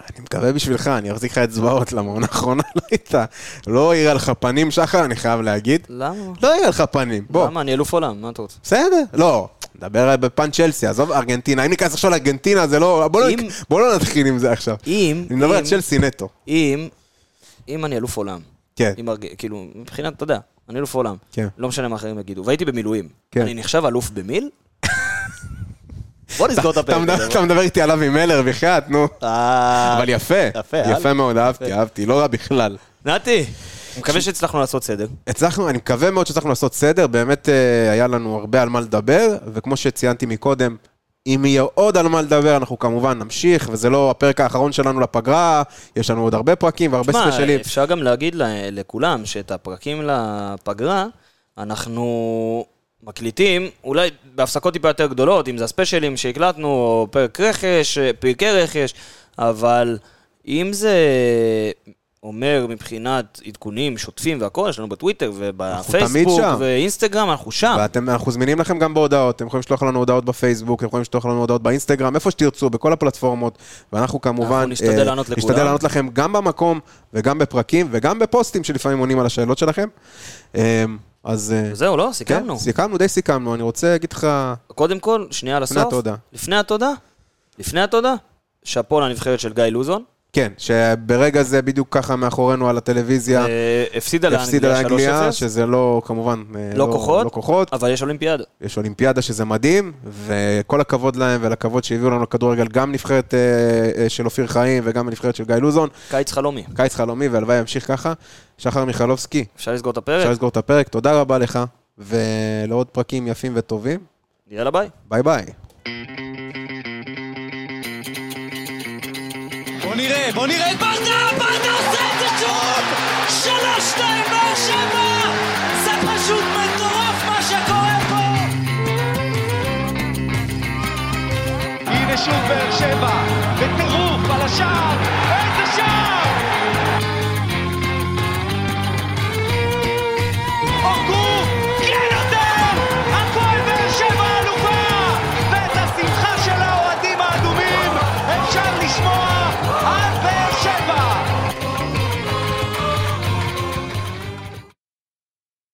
Speaker 4: אני מקווה בשבילך, אני אחזיק לך אצבעות, למה העונה האחרונה לא הייתה. לא העירה לך פנים, שחר, אני חייב להגיד.
Speaker 3: למה?
Speaker 4: לא העירה לך פנים, בוא.
Speaker 3: למה? אני אלוף עולם, מה אתה רוצה?
Speaker 4: בסדר, לא. נדבר בפן צ'לסי, עזוב ארגנטינה. אם ניכנס עכשיו לארגנטינה, זה לא... בוא לא-
Speaker 3: אם-
Speaker 4: בוא לא נתחיל עם זה עכשיו.
Speaker 3: אם,
Speaker 4: אני מדבר על
Speaker 3: אם-
Speaker 4: צ'לסי נטו.
Speaker 3: אם, אם אני אלוף עולם,
Speaker 4: כן.
Speaker 3: אם הרג... כאילו, מבחינת, אתה יודע, אני אלוף עולם.
Speaker 4: כן.
Speaker 3: לא משנה מה אחרים יגידו. והייתי במילואים.
Speaker 4: כן.
Speaker 3: אני נחשב אלוף במיל? בוא נסגור את
Speaker 4: אתה
Speaker 3: הפרק.
Speaker 4: מדבר-
Speaker 3: הזה.
Speaker 4: אתה מדבר איתי עליו עם מלר, בחייאת, נו.
Speaker 3: אה,
Speaker 4: אבל יפה.
Speaker 3: יפה,
Speaker 4: יפה
Speaker 3: הלאה.
Speaker 4: מאוד, אהבתי, אהבתי. לא רע בכלל.
Speaker 3: נתי, אני מקווה שהצלחנו לעשות סדר.
Speaker 4: הצלחנו, אני מקווה מאוד שהצלחנו לעשות סדר, באמת אה, היה לנו הרבה על מה לדבר, וכמו שציינתי מקודם, אם יהיה עוד על מה לדבר, אנחנו כמובן נמשיך, וזה לא הפרק האחרון שלנו לפגרה, יש לנו עוד הרבה פרקים והרבה
Speaker 3: תשמע,
Speaker 4: ספיישלים.
Speaker 3: אפשר גם להגיד ל- לכולם שאת הפרקים לפגרה, אנחנו מקליטים, אולי בהפסקות טיפה יותר גדולות, אם זה הספיישלים שהקלטנו, או פרק רכש, אה, פרקי רכש, אבל אם זה אומר מבחינת עדכונים שוטפים והכול, יש לנו בטוויטר
Speaker 4: תמיד
Speaker 3: ובפייסבוק
Speaker 4: שם.
Speaker 3: ואינסטגרם, אנחנו שם.
Speaker 4: ואתם, אנחנו זמינים לכם גם בהודעות, אתם יכולים לשלוח לנו הודעות בפייסבוק, אתם יכולים לשלוח לנו הודעות באינסטגרם, איפה שתרצו, בכל הפלטפורמות, ואנחנו כמובן...
Speaker 3: אנחנו נשתדל
Speaker 4: אה,
Speaker 3: לענות לכולם.
Speaker 4: נשתדל לענות לכם גם במקום, וגם בפרקים, וגם בפוסטים שלפעמים עונים על השאלות שלכם. אה, אז... אה,
Speaker 3: זהו, לא?
Speaker 4: כן,
Speaker 3: סיכמנו.
Speaker 4: סיכמנו, די סיכמנו, אני רוצה להגיד לך...
Speaker 3: קודם כל, שנייה לסוף.
Speaker 4: התודה.
Speaker 3: לפני התודה. לפני התודה. שאפו לנבחרת של גיא לוזון.
Speaker 4: כן, שברגע זה בדיוק ככה מאחורינו על הטלוויזיה,
Speaker 3: אה, הפסידה
Speaker 4: כן. הפסידה
Speaker 3: לאנגליה 3-0.
Speaker 4: לאנגליה, שזה לא, כמובן, אה,
Speaker 3: לא כוחות,
Speaker 4: לא כוחות,
Speaker 3: אבל יש אולימפיאדה.
Speaker 4: יש אולימפיאדה שזה מדהים, וכל הכבוד להם ולכבוד שהביאו לנו לכדורגל, גם נבחרת אה, אה, של אופיר חיים וגם הנבחרת של גיא לוזון.
Speaker 3: קיץ חלומי.
Speaker 4: קיץ חלומי, והלוואי ימשיך ככה. שחר מיכלובסקי,
Speaker 3: אפשר לסגור את
Speaker 4: אפשר
Speaker 3: הפרק?
Speaker 4: לסגור את הפרק, תודה רבה לך, ולעוד פרקים יפים וטובים.
Speaker 3: יאללה ביי.
Speaker 4: ביי ביי.
Speaker 1: בוא נראה, בוא נראה את ברדה, ברדה עושה את זה שוב! שלוש, שתיים, באר שבע! זה פשוט מטורף מה שקורה פה!
Speaker 2: הנה שוב באר שבע, בטירוף על השער, איזה שער!